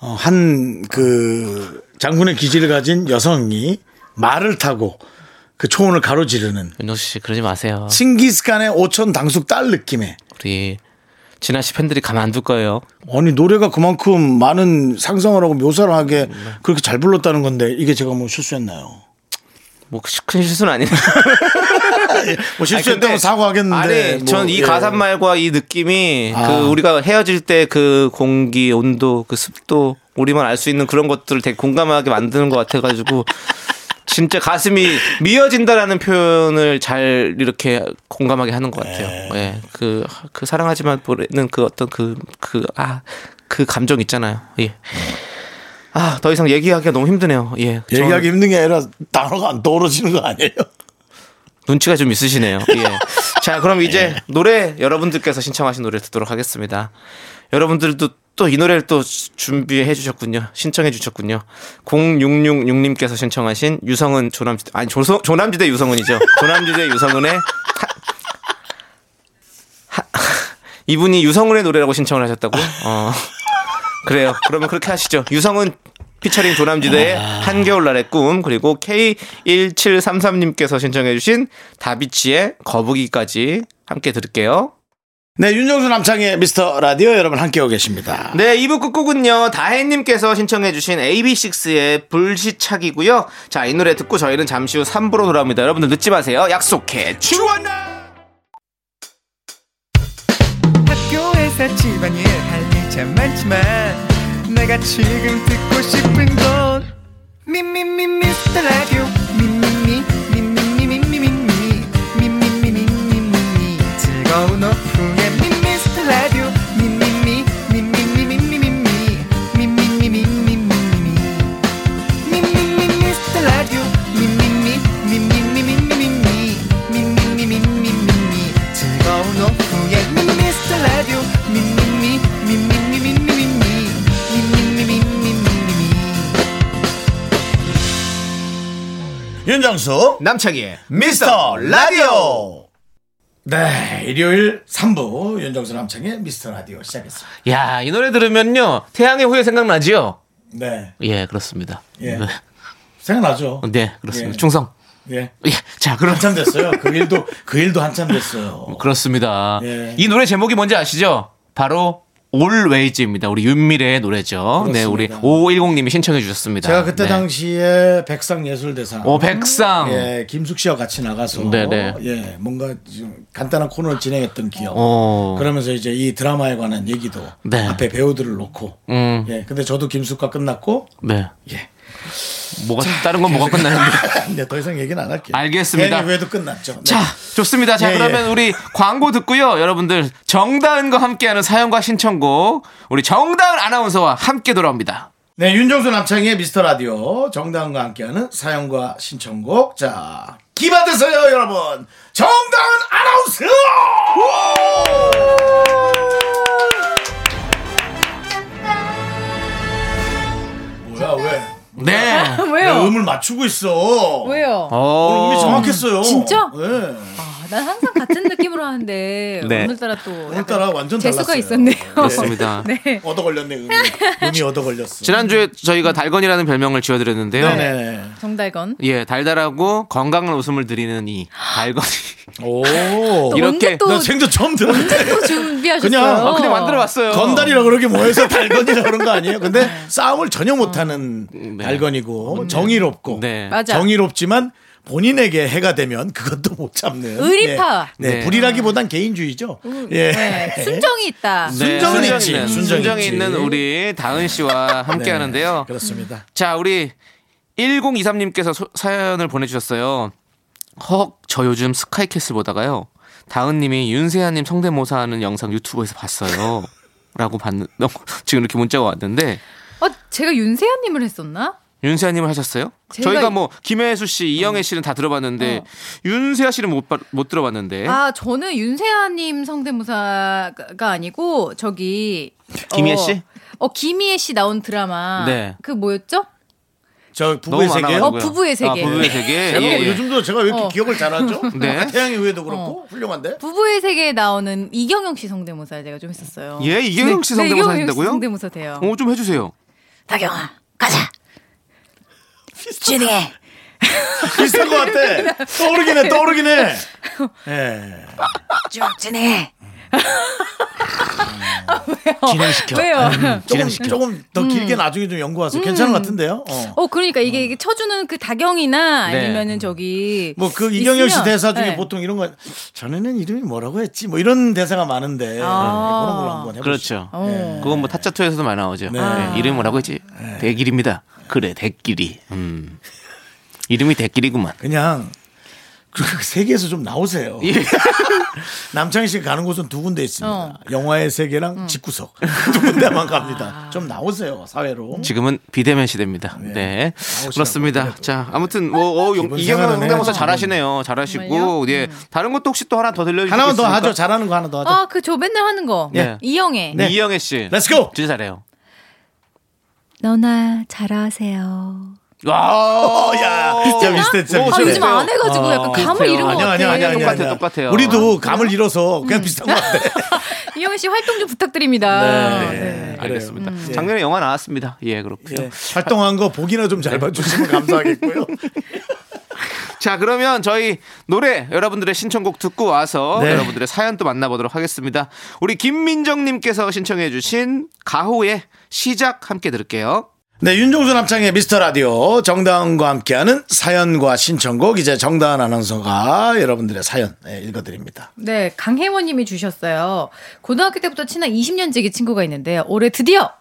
Speaker 1: 어, 한 그 장군의 기질을 가진 여성이 말을 타고 그 초원을 가로지르는
Speaker 2: 윤정수 씨 그러지 마세요.
Speaker 1: 칭기스칸의 오천 당숙 딸 느낌의
Speaker 2: 우리 진아 씨 팬들이 가만 안 둘 거예요.
Speaker 1: 아니 노래가 그만큼 많은 상상을 하고 묘사를 하게
Speaker 2: 네.
Speaker 1: 그렇게 잘 불렀다는 건데 이게 제가 뭐 실수했나요?
Speaker 2: 뭐 큰 실수는 아니에요.
Speaker 1: 뭐
Speaker 2: 아니, 근데-
Speaker 1: 실수했다고 사과하겠는데
Speaker 2: 아니,
Speaker 1: 뭐,
Speaker 2: 전 이
Speaker 1: 예.
Speaker 2: 가사말과 이 느낌이
Speaker 1: 아.
Speaker 2: 그 우리가 헤어질 때 그 공기, 온도, 그 습도 우리만 알 수 있는 그런 것들을 되게 공감하게 만드는 것 같아가지고 *laughs* 진짜 가슴이 미어진다라는 표현을 잘 이렇게 공감하게 하는 것 같아요. 예, 그그 사랑하지만 보내는 그 어떤 그 그 아 그 감정 있잖아요. 예. 아, 더 이상 얘기하기가 너무 힘드네요. 예. 저는-
Speaker 1: 얘기하기 힘든 게 아니라 단어가 안 떨어지는 거 아니에요?
Speaker 2: 눈치가 좀 있으시네요. 예. 자, 그럼 이제 노래 여러분들께서 신청하신 노래 듣도록 하겠습니다. 여러분들도 또 이 노래를 또 준비해 주셨군요. 신청해 주셨군요. 0666님께서 신청하신 유성은 조남지대 아니 조성, 조남지대 유성은이죠. 조남지대 유성은의 하, 하, *laughs* 이분이 유성은의 노래라고 신청을 하셨다고? 어. 그래요. 그러면 그렇게 하시죠. 유성은 피처링 조남지대의 한겨울날의 꿈 그리고 K1733님께서 신청해 주신 다비치의 거북이까지 함께 들을게요.
Speaker 1: 네, 윤정수 남창의 미스터 라디오 여러분 함께하고 계십니다.
Speaker 2: 네, 2부 끝곡은요. 다혜님께서 신청해 주신 AB6IX의 불시착이고요. 자, 이 노래 듣고 저희는 잠시 후 3부로 돌아옵니다. 여러분들 늦지 마세요. 약속해. 출원나
Speaker 4: 학교에서 집안일 할 일 참 많지만 내가 지금 듣고 싶은 건 미미미 미스터 라디오 미미미 미미미 미미미 미미미 미미미 미미미 즐거운 오후에 미미스터 라디오 미미미 미미미 미미미 미미미 미미미 미미미
Speaker 1: 윤정수
Speaker 2: 남창희의
Speaker 1: 미스터 라디오. 네, 일요일 3부 윤정수 남창의 미스터 라디오 시작했습니다.
Speaker 2: 야, 이 노래 들으면요. 태양의 후예 생각나지요?
Speaker 1: 네,
Speaker 2: 예, 그렇습니다.
Speaker 1: 예. 생각나죠?
Speaker 2: 네, 그렇습니다.
Speaker 1: 예.
Speaker 2: 충성.
Speaker 1: 예.
Speaker 2: 예. 자, 그럼
Speaker 1: 한참 됐어요. 그 일도 그 일도 한참 됐어요.
Speaker 2: 그렇습니다.
Speaker 1: 예.
Speaker 2: 이 노래 제목이 뭔지 아시죠? 바로 올웨이즈입니다. 우리 윤미래의 노래죠. 네, 우리
Speaker 1: 그렇습니다.
Speaker 2: 5510님이 신청해 주셨습니다.
Speaker 1: 제가 그때
Speaker 2: 네.
Speaker 1: 당시에 백상 예술대상
Speaker 2: 오 백상.
Speaker 1: 예, 김숙 씨와 같이 나가서
Speaker 2: 어. 네네.
Speaker 1: 예, 뭔가 좀 간단한 코너를 진행했던 기억.
Speaker 2: 오.
Speaker 1: 그러면서 이제 이 드라마에 관한 얘기도
Speaker 2: 어. 네.
Speaker 1: 앞에 배우들을 놓고
Speaker 2: 음.
Speaker 1: 예, 근데 저도 김숙과 끝났고
Speaker 2: 네.
Speaker 1: 예.
Speaker 2: 뭐가 다른 건 뭐가 끝나는데.
Speaker 1: *laughs* 네, 더 이상 얘기는 안 할게요.
Speaker 2: 알겠습니다.
Speaker 1: 괜히 외도 끝났죠. 네.
Speaker 2: 자, 좋습니다. 자,
Speaker 1: 예,
Speaker 2: 그러면
Speaker 1: 예.
Speaker 2: 우리 광고 듣고요. 여러분들 정다은과 함께하는 사연과 신청곡 우리 정다은 아나운서와 함께 돌아옵니다.
Speaker 1: 네, 윤정수 남창희의 미스터 라디오 정다은과 함께하는 사연과 신청곡. 자, 기받으세요, 여러분. 정다은 아나운서! 뭐야, 왜?
Speaker 2: 네.
Speaker 1: 왜
Speaker 5: *laughs* 왜요?
Speaker 1: 음을 맞추고 있어?
Speaker 5: 왜요?
Speaker 2: 오.
Speaker 1: 음이 정확했어요.
Speaker 5: 진짜?
Speaker 1: 네.
Speaker 5: 아, 난 항상 같은 느낌으로 하는데
Speaker 2: *laughs* 네.
Speaker 5: 오늘따라 또 약간
Speaker 1: 오늘따라 완전
Speaker 5: 재수가
Speaker 1: 달랐어요.
Speaker 5: 있었네요.
Speaker 2: 그렇습니다.
Speaker 5: *laughs* 네.
Speaker 1: 얻어 걸렸네 음이. 음이 얻어 걸렸어.
Speaker 2: 지난주에 저희가 달건이라는 별명을 지어드렸는데요.
Speaker 1: 네네.
Speaker 5: 정달건.
Speaker 2: 예, 달달하고 건강한 웃음을 드리는 이 *laughs* 달건이.
Speaker 1: 오.
Speaker 5: 또
Speaker 2: 이렇게
Speaker 5: 언제 어, 또
Speaker 1: 나 생전 처음 들었는데.
Speaker 5: 또 준비하셨어요.
Speaker 1: 그냥, 어,
Speaker 2: 근데 아, 만들어봤어요. 네.
Speaker 1: 건달이라 그러게
Speaker 2: *laughs*
Speaker 1: 뭐해서 달건이라 그런 거 아니에요? 근데 싸움을 전혀 못하는
Speaker 2: 음,
Speaker 1: 달건이고 정의롭고
Speaker 2: 네.
Speaker 5: 맞아.
Speaker 1: 정의롭지만 본인에게 해가 되면 그것도 못 참는
Speaker 5: 의리파.
Speaker 1: 네, 네.
Speaker 2: 네.
Speaker 1: 불이라기보단 개인주의죠. 예.
Speaker 5: 네. 순정이 있다.
Speaker 2: 네,
Speaker 1: 순정은
Speaker 2: 순정이
Speaker 1: 있지.
Speaker 2: 있는,
Speaker 1: 순정이
Speaker 2: 순정이
Speaker 1: 있지.
Speaker 2: 있는 우리 다은 씨와 함께
Speaker 1: *laughs* 네,
Speaker 2: 하는데요.
Speaker 1: 그렇습니다.
Speaker 2: 자, 우리 1023님께서 소- 사연을 보내주셨어요. 헉, 저 요즘 스카이캐슬 보다가요. 다은님이 윤세아님 성대모사 하는 영상 유튜브에서 봤어요. 라고 봤는, *laughs* 지금 이렇게 문자가 왔는데,
Speaker 5: 어, 제가 윤세아님을 했었나?
Speaker 2: 윤세아님을 하셨어요?
Speaker 5: 제가
Speaker 2: 저희가
Speaker 5: 이-
Speaker 2: 뭐, 김혜수 씨, 이영애 씨는 다 들어봤는데, 윤세아 씨는 못, 봐- 못 들어봤는데,
Speaker 5: 아, 저는 윤세아님 성대모사가 아니고 저기
Speaker 2: 김희애
Speaker 5: 어,
Speaker 2: 씨?
Speaker 5: 어, 김희애 씨 나온 드라마.
Speaker 2: 네.
Speaker 5: 그 뭐였죠?
Speaker 1: 저
Speaker 2: 너무
Speaker 1: 부부의 세계요.
Speaker 2: 많아가지고요.
Speaker 5: 어, 부부의 세계. 네.
Speaker 2: 아, 부부의 세계.
Speaker 1: 제가
Speaker 2: 예, 예.
Speaker 1: 요즘도 제가 왜 이렇게
Speaker 5: 어.
Speaker 1: 기억을 잘하죠?
Speaker 2: *laughs* 네.
Speaker 1: 태양의 후예도 그렇고 훌륭한데.
Speaker 5: 부부의 세계에 나오는 이경영 씨 성대모사 제가 좀 했었어요.
Speaker 2: 예, 이경영 씨
Speaker 5: 네,
Speaker 2: 성대모사
Speaker 5: 이경영 씨
Speaker 2: 하신다고요?
Speaker 5: 성대모사 돼요.
Speaker 2: 어, 좀 해주세요.
Speaker 3: 다경아 가자 진행해
Speaker 1: 비슷한 것
Speaker 5: *laughs*
Speaker 1: 같아. 떠오르긴 해, 떠오르긴 해. 예.
Speaker 3: 쭉 진행해
Speaker 1: 진행시켜.
Speaker 5: 어, 왜요?
Speaker 2: 음.
Speaker 5: 음.
Speaker 1: 조금, 조금 더 길게 나중에 좀 연구하세요. 괜찮은 것 같은데요? 어.
Speaker 5: 어, 그러니까 이게, 이게 쳐주는 그 다경이나
Speaker 2: 네.
Speaker 5: 아니면은 저기
Speaker 1: 뭐 그 이경열 씨
Speaker 5: 있으면,
Speaker 1: 대사 중에
Speaker 5: 네.
Speaker 1: 보통 이런 거 전에는 이름이 뭐라고 했지 뭐 이런 대사가 많은데 네,
Speaker 5: 아.
Speaker 1: 그런 걸로 한번 해보시죠. 네.
Speaker 2: 그렇죠.
Speaker 5: 어.
Speaker 2: 그건 뭐 타짜 투에서도 많이 나오죠. 네, 이름 뭐라고 했지? 대길입니다. 그래, 대길이. 음. 이름이 대길이구만.
Speaker 1: 그냥 그 세계에서 좀 나오세요.
Speaker 2: 예.
Speaker 1: *laughs* 남창희 씨 가는 곳은 두 군데 있습니다.
Speaker 5: 어. 음.
Speaker 1: 영화의 세계랑 집구석 *laughs* 두 군데만 갑니다. 좀 나오세요 사회로.
Speaker 2: 지금은 비대면 시대입니다. 네. 그렇습니다. 자, 아무튼 뭐 어,
Speaker 1: 기분
Speaker 2: 이경영
Speaker 1: 생활하네요. 음.
Speaker 2: 성대모사 잘하시네요. 잘하시고
Speaker 5: 정말요? 음.
Speaker 2: 예. 다른 것도 혹시 또 하나 더 들려
Speaker 1: *laughs*
Speaker 2: 주실
Speaker 1: 하나만 더
Speaker 2: 있습니까?
Speaker 1: 하죠. 잘하는 거 하나 더 하죠.
Speaker 5: 아, 그 저 맨날 하는 거.
Speaker 2: 네.
Speaker 5: 이영애.
Speaker 2: 네. 이영애 씨.
Speaker 1: Let's go.
Speaker 2: 진짜 잘해요.
Speaker 3: 너나 잘하세요
Speaker 2: 와!
Speaker 1: 어, 야, 비슷해, 비슷해, 진짜
Speaker 2: 오,
Speaker 5: 아,
Speaker 1: 비슷해.
Speaker 5: 요즘 안 해가지고
Speaker 2: 어,
Speaker 5: 약간 감을
Speaker 2: 비슷해요.
Speaker 5: 잃은 것
Speaker 2: 어, 아니야,
Speaker 5: 같아.
Speaker 1: 아니야, 아니야, 아니야,
Speaker 2: 똑같아요,
Speaker 1: 아니야.
Speaker 2: 똑같아요. 네.
Speaker 1: 우리도 감을 잃어서 그냥
Speaker 5: 음.
Speaker 1: 비슷한 것 *laughs* 같아.
Speaker 5: 이영애 씨 활동 좀 부탁드립니다. 네.
Speaker 2: 알겠습니다.
Speaker 1: 그래요. 음.
Speaker 2: 작년에 영화 나왔습니다. 예, 그렇군요.
Speaker 1: 예. 활동한 거 보기나 좀 잘 봐주시면 감사하겠고요.
Speaker 2: 자 그러면 저희 노래 여러분들의 신청곡 듣고 와서
Speaker 1: 네.
Speaker 2: 여러분들의 사연 또 만나보도록 하겠습니다. 우리 김민정님께서 신청해주신 가호의 시작 함께 들을게요.
Speaker 1: *laughs* 네, 윤종수 남창의 미스터 라디오 정다은과 함께하는 사연과 신청곡 이제 정다은 아나운서가 여러분들의 사연 예, 읽어드립니다.
Speaker 5: 네, 강혜원 님이 주셨어요. 고등학교 때부터 친한 20년지기 친구가 있는데 올해 드디어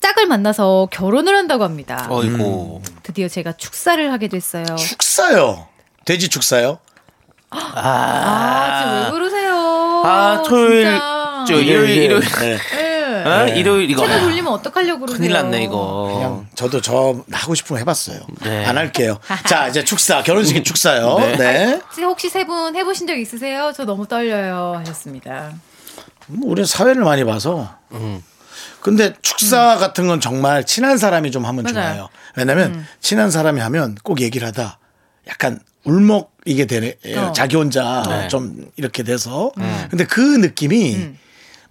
Speaker 5: 짝을 만나서 결혼을 한다고 합니다.
Speaker 2: 어이고
Speaker 5: 드디어 제가 축사를 하게 됐어요.
Speaker 1: 축사요. 돼지 축사요.
Speaker 5: 아, 지금 왜 그러세요?
Speaker 2: 아, 토요일
Speaker 5: 진짜.
Speaker 2: 저 일요일 일요일
Speaker 1: 예.
Speaker 5: 예.
Speaker 2: 어? 일요일 이거
Speaker 5: 채널 돌리면 어떡하려고 그러세요?
Speaker 2: 큰일 났네 이거.
Speaker 1: 그냥 저도 저 하고 싶은 거 해봤어요.
Speaker 2: 네.
Speaker 1: 안 할게요. 자 이제 축사 결혼식이 축사요. 네.
Speaker 5: 혹시- 혹시 세 분 해보신 적 있으세요? 저 너무 떨려요 하셨습니다.
Speaker 1: 음, 우리는 사회를 많이 봐서. 근데 축사 같은 건 정말 친한 사람이 좀 하면
Speaker 5: 맞아요.
Speaker 1: 좋아요. 왜냐면
Speaker 2: 음.
Speaker 1: 친한 사람이 하면 꼭 얘기를 하다 약간 울먹 이게 되네. 예,
Speaker 5: 어.
Speaker 1: 자기 혼자
Speaker 2: 네. 음.
Speaker 1: 좀 이렇게 돼서. 근데 그 느낌이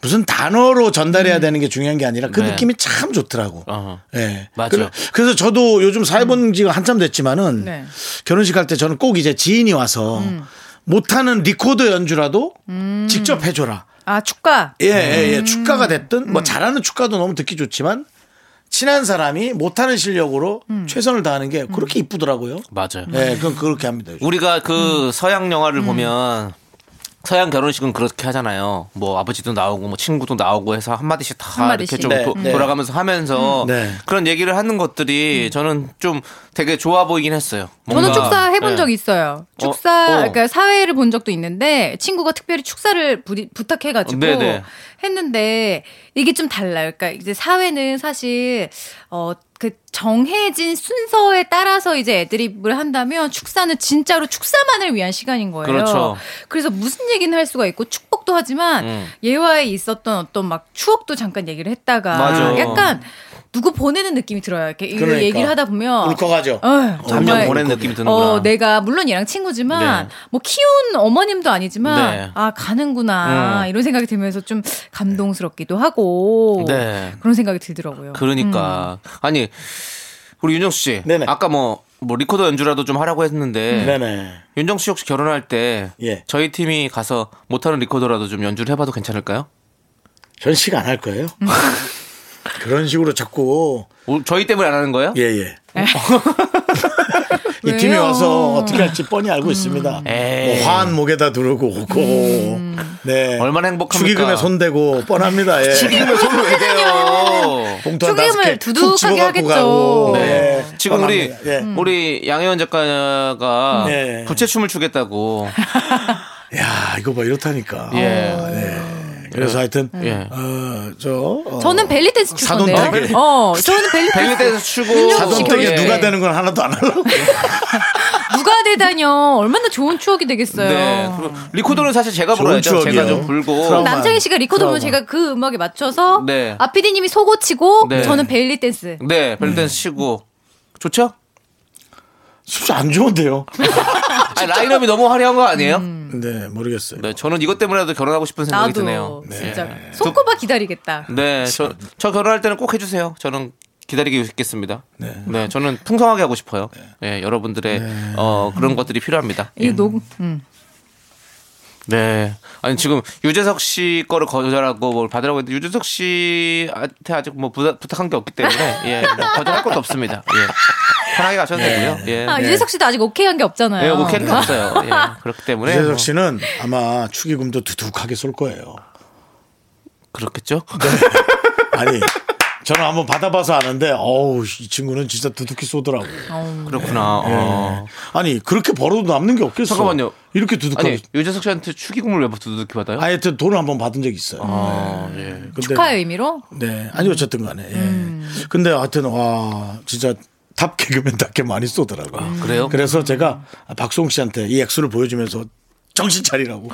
Speaker 1: 무슨 단어로 전달해야 되는 게 중요한 게 아니라 그
Speaker 2: 음. 네.
Speaker 1: 느낌이 참 좋더라고.
Speaker 2: 어허.
Speaker 1: 예.
Speaker 2: 맞아요. 음.
Speaker 1: 그래- 그래서 저도 요즘 사회본 지가 한참 됐지만은
Speaker 5: 네.
Speaker 1: 결혼식 할 때 저는 꼭 이제 지인이 와서
Speaker 2: 음.
Speaker 1: 못하는 리코더 연주라도 직접 해줘라.
Speaker 5: 아, 축가.
Speaker 1: 예, 예,
Speaker 2: 음.
Speaker 1: 예. 축가가 됐든 뭐 잘하는 축가도 너무 듣기 좋지만 친한 사람이 못하는 실력으로
Speaker 2: 음.
Speaker 1: 최선을 다하는 게 그렇게 이쁘더라고요.
Speaker 2: 맞아요.
Speaker 1: 예, 그건 그렇게 합니다. 요즘.
Speaker 2: 우리가 그
Speaker 5: 음.
Speaker 2: 서양 영화를 보면 서양 결혼식은 그렇게 하잖아요. 뭐 아버지도 나오고 뭐 친구도 나오고 해서 한 마디씩 다
Speaker 5: 한마디씩. 음.
Speaker 2: 이렇게 좀
Speaker 1: 네,
Speaker 2: 도-
Speaker 1: 네.
Speaker 2: 돌아가면서 하면서
Speaker 1: 네.
Speaker 2: 그런 얘기를 하는 것들이 저는 좀 되게 좋아 보이긴 했어요.
Speaker 5: 저는
Speaker 2: 뭔가-
Speaker 5: 축사 해본
Speaker 2: 네.
Speaker 5: 적 있어요. 축사,
Speaker 2: 어.
Speaker 5: 그러니까 사회를 본 적도 있는데 친구가 특별히 축사를 부디- 부탁해가지고
Speaker 2: 네네.
Speaker 5: 했는데 이게 좀 달라요. 그러니까 이제 사회는 사실 어 그 정해진 순서에 따라서 이제 애드립을 한다면 축사는 진짜로 축사만을 위한 시간인 거예요.
Speaker 2: 그렇죠.
Speaker 5: 그래서 무슨 얘기는 할 수가 있고 축복도 추억도 하지만
Speaker 2: 음.
Speaker 5: 예화에 있었던 어떤 막 추억도 잠깐 얘기를 했다가
Speaker 2: 맞아.
Speaker 5: 약간 누구 보내는 느낌이 들어요. 이렇게 이거
Speaker 1: 그러니까.
Speaker 5: 얘기를 하다 보면
Speaker 1: 울컥하죠.
Speaker 5: 어,
Speaker 2: 네. 잠정
Speaker 5: 정말
Speaker 2: 보낸 느낌이 드는구나.
Speaker 5: 어, 내가 물론 얘랑 친구지만
Speaker 2: 네.
Speaker 5: 뭐 키운 어머님도 아니지만
Speaker 2: 네.
Speaker 5: 아 가는구나
Speaker 2: 음.
Speaker 5: 이런 생각이 들면서 좀 감동스럽기도 하고
Speaker 2: 네.
Speaker 5: 그런 생각이 들더라고요.
Speaker 2: 그러니까
Speaker 5: 음.
Speaker 2: 아니 우리 윤정수 씨
Speaker 1: 네네. 음.
Speaker 2: 아까 뭐, 뭐 리코더 연주라도 좀 하라고 했는데
Speaker 1: 네네.
Speaker 2: 윤정수 씨 혹시 결혼할 때
Speaker 1: 예.
Speaker 2: 저희 팀이 가서 못하는 리코더라도 좀 연주를 해봐도 괜찮을까요?
Speaker 1: 전 시간 안 할 거예요.
Speaker 2: 음.
Speaker 1: *laughs* 그런 식으로 자꾸
Speaker 2: 오, 저희 때문에 안 하는 거예요?
Speaker 1: 예 예.
Speaker 2: 네.
Speaker 1: *laughs* 이 팀이
Speaker 5: 왜요?
Speaker 1: 와서 어떻게 할지 뻔히
Speaker 2: 음.
Speaker 1: 알고 있습니다.
Speaker 2: 에이.
Speaker 1: 뭐 화한 목에다 두르고 오고,
Speaker 2: 음.
Speaker 1: 네
Speaker 2: 얼마나 행복합니까?
Speaker 1: 축의금에 손대고 뻔합니다. 예.
Speaker 2: 지금은 손을 왜 대요?
Speaker 1: 봉투 한
Speaker 5: 축의금을
Speaker 1: 다섯 개툭
Speaker 5: 두둑하게
Speaker 1: 집어갖고
Speaker 5: 하겠죠.
Speaker 1: 가고.
Speaker 2: 어. 네.
Speaker 1: 예,
Speaker 2: 지금 우리 음.
Speaker 1: 뻔합니다. 예.
Speaker 2: 우리 양혜원 작가가
Speaker 1: 네.
Speaker 2: 부채춤을 추겠다고.
Speaker 1: 야 이거 봐 이렇다니까.
Speaker 2: 예.
Speaker 1: 네. 그래서 하여튼
Speaker 2: 예.
Speaker 1: 어저 어,
Speaker 5: 저는 벨리 댄스
Speaker 1: 사돈
Speaker 5: 추던데요.
Speaker 1: 되게.
Speaker 5: 어, 저는 벨리
Speaker 2: 벨리
Speaker 5: 댄스
Speaker 2: 댄스 추고
Speaker 5: 윤정수 씨
Speaker 1: 사돈댁에
Speaker 5: 결혼해.
Speaker 1: 누가 되는 건 하나도 안 하려고.
Speaker 5: 누가 되다녀 얼마나 좋은 추억이 되겠어요.
Speaker 2: 네. 그리고 리코더는 사실 제가
Speaker 1: 음. 좋은
Speaker 2: 불어야죠. 제가
Speaker 1: 추억이에요.
Speaker 2: 좀 불고.
Speaker 1: 그럼.
Speaker 5: 남창희 씨가 리코더 보면 제가 그 음악에 맞춰서
Speaker 2: 네.
Speaker 5: 아 PD님이 속옷치고
Speaker 2: 네.
Speaker 5: 저는 벨리 댄스.
Speaker 2: 네, 벨리
Speaker 1: 음.
Speaker 2: 댄스 치고. 좋죠?
Speaker 1: 숫자 안 좋은데요.
Speaker 2: 아니, 라인업이 너무 화려한 거 아니에요?
Speaker 1: 네 모르겠어요.
Speaker 2: 네, 저는 이것 때문에라도 결혼하고 싶은 생각이
Speaker 5: 나도
Speaker 2: 드네요.
Speaker 5: 진짜 손꼽아 기다리겠다.
Speaker 2: 네, 저, 저 결혼할 때는 꼭 해주세요. 저는 기다리고 있겠습니다. 네. 저는 풍성하게 하고 싶어요. 네, 여러분들의 어, 그런 것들이 필요합니다.
Speaker 1: 예.
Speaker 5: 이 녹음. 음.
Speaker 2: 네. 아니 지금 유재석 씨 거를 거절하고 뭘 받으라고 했는데 유재석 씨한테 아직 뭐 부탁, 한게 없기 때문에 예, 뭐 거절할 것도 없습니다. 예. 편하게 가셔도 되고요. 예.
Speaker 5: 아 유재석 씨도 아직 오케이 한 게 없잖아요. 그러니까
Speaker 2: 예, 오케이는 게 없어요. 예. 그렇기 때문에 뭐
Speaker 1: 유재석 씨는 아마 축의금도 두둑하게 쏠 거예요.
Speaker 2: 그렇겠죠?
Speaker 1: 네. 아니 저는 한번 받아봐서 아는데 어우 이 친구는 진짜 두둑히 쏘더라고.
Speaker 2: 그렇구나.
Speaker 1: 네.
Speaker 2: 어.
Speaker 1: 아니 그렇게 벌어도 남는 게 없겠어.
Speaker 2: 잠깐만요.
Speaker 1: 이렇게 두둑하게.
Speaker 2: 아니 유재석 씨한테 축의금을 왜 두둑히 받아요?
Speaker 1: 하여튼 돈을 한번 받은 적이 있어요. 네.
Speaker 2: 아, 예.
Speaker 1: 근데-
Speaker 5: 축하의 의미로.
Speaker 1: 네. 아니 어쨌든 간에. 예. 근데 하여튼 와 진짜 탑 개그맨답게 많이 쏘더라고요.
Speaker 2: 그래요?
Speaker 1: 그래서 제가 박송 씨한테 이 액수를 보여주면서 정신 차리라고.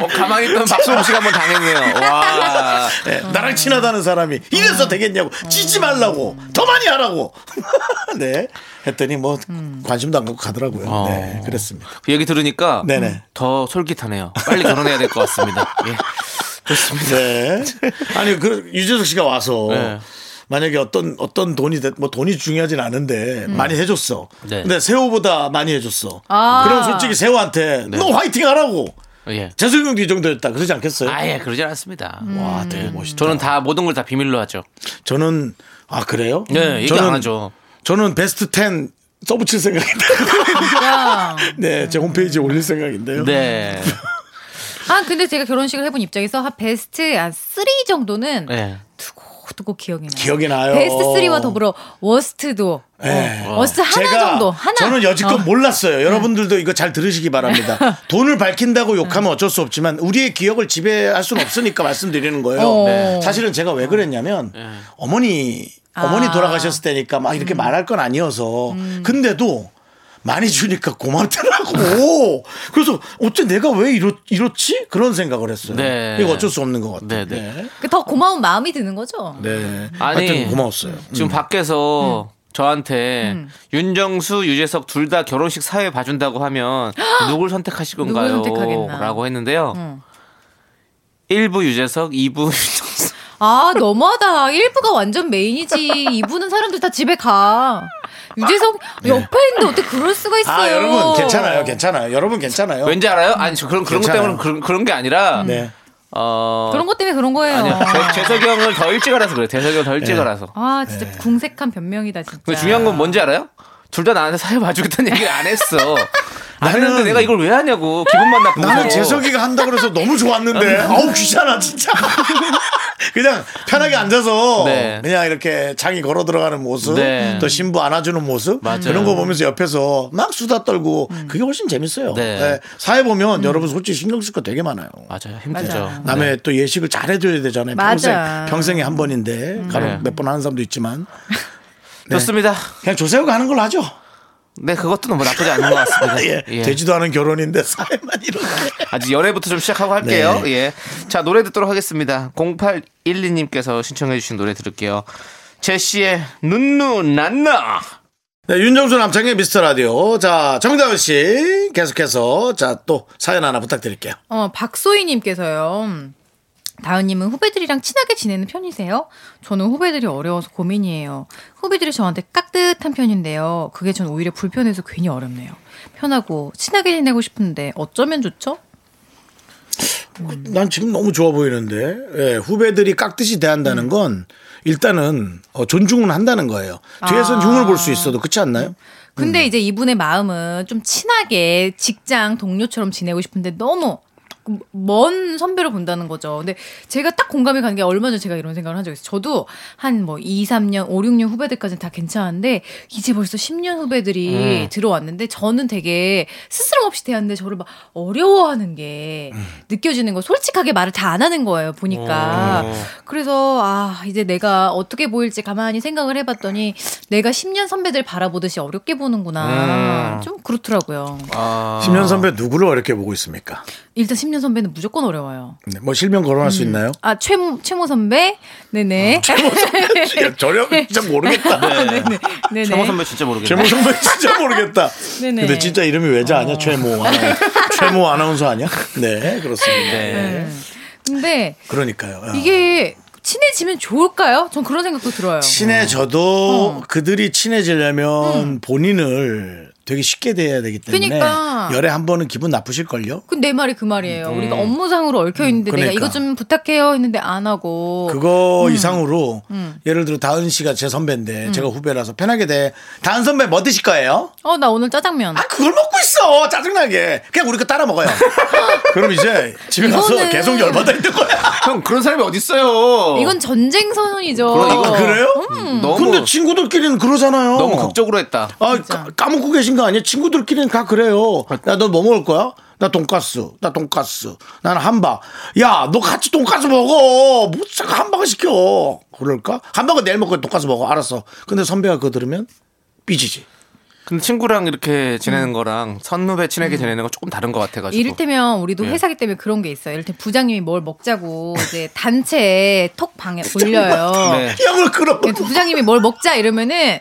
Speaker 2: 어, 가만히 있던 박수홍 씨가 한번 당했네요. 와.
Speaker 1: 예, 나랑 친하다는 사람이 이래서 되겠냐고 지지 말라고 더 많이 하라고 *laughs* 네 했더니 뭐 관심도 안 갖고 가더라고요 네
Speaker 2: 어.
Speaker 1: 그랬습니다
Speaker 2: 그 얘기 들으니까
Speaker 1: 네네.
Speaker 2: 더 솔깃하네요. 빨리 결혼해야 될 것 같습니다. 예. 좋습니다.
Speaker 1: 네 *laughs* 아니 그 유재석 씨가 와서
Speaker 2: 네.
Speaker 1: 만약에 어떤 어떤 돈이 됐- 뭐 돈이 중요하진 않은데 많이 해줬어
Speaker 2: 음. 네.
Speaker 1: 근데 세호보다 많이 해줬어
Speaker 5: 아.
Speaker 1: 그럼 솔직히 세호한테
Speaker 2: 네.
Speaker 1: 너 화이팅 하라고
Speaker 2: 예.
Speaker 1: 재수경도 이 정도였다 그러지
Speaker 5: 네?
Speaker 1: 않겠어요
Speaker 2: 아예 그러진 않습니다.
Speaker 5: 음.
Speaker 1: 와 되게 멋있다
Speaker 2: 저는 다 모든 걸 다 비밀로 하죠.
Speaker 1: 저는 아 그래요
Speaker 5: 음.
Speaker 2: 네, 얘기 안 하죠.
Speaker 1: 저는 베스트 10 써붙일 생각인데. *laughs* 네, 제 홈페이지에 올릴 생각인데요.
Speaker 2: 네.
Speaker 5: 아 근데 제가 결혼식을 해본 입장에서 한 베스트 한3 정도는
Speaker 2: 네.
Speaker 5: 두고두고 기억이 나요.
Speaker 1: 기억이 나요.
Speaker 5: 베스트 3와 더불어 워스트도
Speaker 1: 예.
Speaker 5: 어, 워스트 하나
Speaker 1: 제가
Speaker 5: 정도 하나.
Speaker 1: 저는 여지껏
Speaker 5: 어.
Speaker 1: 몰랐어요. 여러분들도 이거 잘 들으시기
Speaker 5: *laughs*
Speaker 1: 바랍니다. 돈을
Speaker 5: 네.
Speaker 1: 밝힌다고 욕하면 어쩔 수 없지만 우리의 기억을 지배할 수는 없으니까 말씀드리는 거예요.
Speaker 5: 어. 네.
Speaker 1: 사실은 제가 왜 그랬냐면
Speaker 2: 네.
Speaker 1: 어머니 어머니
Speaker 5: 아. 음.
Speaker 1: 돌아가셨을 때니까 막 이렇게 말할 건 아니어서 근데도 많이 주니까 고맙더라고.
Speaker 5: *laughs*
Speaker 1: 그래서 어째 내가 왜 이렇, 이렇지? 그런 생각을 했어요.
Speaker 2: 네.
Speaker 1: 이거 어쩔 수 없는 것 같아요.
Speaker 2: 네, 네.
Speaker 5: 그더 고마운 마음이 드는 거죠.
Speaker 1: 네.
Speaker 2: 아니.
Speaker 1: 하여튼 고마웠어요. 음.
Speaker 5: 음.
Speaker 2: 지금 밖에서 저한테 윤정수, 유재석 둘 다 결혼식 사회 봐준다고 하면 누굴 선택하실
Speaker 5: 누굴
Speaker 2: 건가요?
Speaker 5: 선택하겠나. 어.
Speaker 2: 라고 했는데요. 1부 유재석, 2부 윤정수.
Speaker 5: 아 너무하다. 1부가 완전 메인이지. 2부는 사람들 다 집에 가. 유재석 옆에 있는데 어떻게 그럴 수가 있어요.
Speaker 1: 네. 아, 여러분 괜찮아요. 괜찮아요. 여러분
Speaker 5: 어?
Speaker 1: 괜찮아요.
Speaker 2: 왠지 알아요? 아니, 저 그런, 그런 것
Speaker 1: 괜찮아요.
Speaker 2: 때문에 그런, 그런 게 아니라.
Speaker 1: 네.
Speaker 2: 어.
Speaker 5: 그런 것 때문에 그런 거예요.
Speaker 2: 아니요. 재- 재석이 형을 더 일찍 알아서 그래요. 재석이 형을 더 일찍 알아서.
Speaker 5: 아 진짜 궁색한 변명이다 진짜.
Speaker 2: 네. 근데 중요한 건 뭔지 알아요? 둘 다 나한테 사회 봐주겠다는 얘기를 안 했어. 안
Speaker 1: 나는-
Speaker 2: 했는데 내가 이걸 왜 하냐고. 기분만 나쁘고.
Speaker 1: 나는 재석이가 한다 그래서 너무 좋았는데
Speaker 2: 어.
Speaker 1: 아우 귀찮아 진짜. *laughs* 그냥 편하게 앉아서
Speaker 2: 네.
Speaker 1: 그냥 이렇게 장이 걸어 들어가는 모습,
Speaker 2: 네.
Speaker 1: 또 신부 안아주는 모습
Speaker 2: 맞아요. 음.
Speaker 1: 그런 거 보면서 옆에서 막 수다 떨고 그게 훨씬 재밌어요.
Speaker 2: 네. 음.
Speaker 1: 네. 사회 보면 여러분 솔직히 신경 쓸 거 되게 많아요.
Speaker 2: 맞아요. 힘들죠.
Speaker 5: 맞아요.
Speaker 1: 남의 또 예식을 잘 해줘야 되잖아요.
Speaker 5: 맞아.
Speaker 1: 평생 평생에 한 번인데
Speaker 5: 음.
Speaker 2: 네.
Speaker 1: 가끔 몇 번 하는 사람도 있지만
Speaker 2: 좋습니다.
Speaker 1: 그냥 조세호가 하는 걸로 하죠. *laughs*
Speaker 2: 네, 그것도 너무 나쁘지 않은 것 같습니다.
Speaker 1: 예,
Speaker 2: *laughs* 예.
Speaker 1: 되지도 않은 결혼인데 *laughs* 사회만 이렇게.
Speaker 2: 아직 열애부터 좀 시작하고 할게요.
Speaker 1: 네.
Speaker 2: 예. 자, 노래 듣도록 하겠습니다. 0812님께서 신청해주신 노래 들을게요. 제시의 눈누 난나.
Speaker 1: 네, 윤정수 남창의 미스터 라디오. 자, 정다은 씨 계속해서 자 또 사연 하나 부탁드릴게요.
Speaker 5: 어, 박소희님께서요. 다은님은 후배들이랑 친하게 지내는 편이세요? 저는 후배들이 어려워서 고민이에요. 후배들이 저한테 깍듯한 편인데요. 그게 전 오히려 불편해서 괜히 어렵네요. 편하고 친하게 지내고 싶은데 어쩌면 좋죠?
Speaker 1: 난 지금 너무 좋아 보이는데 예, 후배들이 깍듯이 대한다는 건 일단은 어, 존중은 한다는 거예요. 뒤에선 흉을 볼 수 있어도 그렇지 않나요?
Speaker 5: 근데 이제 이분의 마음은 좀 친하게 직장 동료처럼 지내고 싶은데 너무 먼 선배로 본다는 거죠. 근데 제가 딱 공감이 가는 게 얼마 전에 제가 이런 생각을 한 적이 있어요. 저도 한 뭐 2, 3년, 5, 6년 후배들까지는 다 괜찮은데 이제 벌써 10년 후배들이 들어왔는데 저는 되게 스스럼 없이 대하는데 저를 막 어려워하는 게
Speaker 2: 음.
Speaker 5: 느껴지는 거 솔직하게 말을 다 안 하는 거예요. 보니까.
Speaker 2: 어.
Speaker 5: 그래서 아 이제 내가 어떻게 보일지 가만히 생각을 해봤더니 내가 10년 선배들 바라보듯이 어렵게
Speaker 2: 음.
Speaker 5: 보는구나 좀 그렇더라고요.
Speaker 1: 신현 아. 선배 누구를 어렵게 보고 있습니까?
Speaker 5: 일단 10년 선배는 무조건 어려워요.
Speaker 1: 네, 뭐 실명 거론할 수 *laughs* 있나요?
Speaker 5: 아 최모 최모 선배, 네네,
Speaker 2: 어.
Speaker 1: 야, 저렴 진짜 모르겠다.
Speaker 5: *laughs* 네네, 네네.
Speaker 2: 최모 선배 진짜 모르겠네.
Speaker 1: 최모 선배 진짜 모르겠다.
Speaker 5: 네네.
Speaker 1: 근데 진짜 이름이 외자 아니야? 최모 아나운- 최모 아나운서 *laughs* 아니야? 네 그렇습니다.
Speaker 2: 네.
Speaker 5: 근데
Speaker 1: 그러니까요. 어.
Speaker 5: 이게 친해지면 좋을까요? 전 그런 생각도 들어요. 어.
Speaker 1: 친해져도 그들이 친해지려면 본인을 되게 쉽게 대해야 되기 때문에
Speaker 5: 그러니까.
Speaker 1: 열에 한 번은 기분 나쁘실걸요?
Speaker 5: 그 내 말이 그 말이에요. 우리가 업무상으로 얽혀 있는데
Speaker 1: 그러니까.
Speaker 5: 내가 이거 좀 부탁해요 했는데 안 하고
Speaker 1: 그거
Speaker 5: 음.
Speaker 1: 이상으로 예를 들어 다은 씨가 제 선배인데 제가 후배라서 편하게 대 다은 선배 뭐 드실 거예요?
Speaker 5: 어 나 오늘 짜장면.
Speaker 1: 아 그걸 먹고 있어 짜증나게 그냥 우리 거 따라
Speaker 5: *laughs*
Speaker 1: 먹어요 그럼 이제 집에 가서
Speaker 5: 이거는-
Speaker 1: 계속 열받아 있는 거야
Speaker 2: 형, 그런 사람이 어딨어요.
Speaker 5: 이건 전쟁 선언이죠.
Speaker 2: 그럼
Speaker 1: 아, 그래요?
Speaker 5: 음.
Speaker 2: 너무,
Speaker 1: 근데 친구들끼리는 그러잖아요
Speaker 2: 너무 극적으로 했다.
Speaker 1: 아,
Speaker 5: 진짜.
Speaker 1: 까, 먹고 계신 거 아니에요? 친구들끼리는 다 그래요. 야, 너 뭐 먹을 거야? 나 돈가스, 나 돈가스, 나는 함박. 야, 너 같이 돈가스 먹어. 뭐 자꾸 함박을 시켜. 그럴까? 함박은 내일 먹고 돈가스 먹어. 알았어. 근데 선배가 그거 들으면 삐지지.
Speaker 2: 근데 친구랑 이렇게 지내는 거랑 선후배 친하게 지내는 건 조금 다른 것 같아가지고.
Speaker 5: 음. 어. 이를테면 우리도
Speaker 2: 예.
Speaker 5: 회사기 때문에 그런 게 있어요. 이를테면 부장님이 뭘 먹자고 이제 단체에 톡방에 올려요.
Speaker 2: 네.
Speaker 1: 야, 뭐 그런 거.
Speaker 5: 근데 부장님이 뭘 먹자 이러면은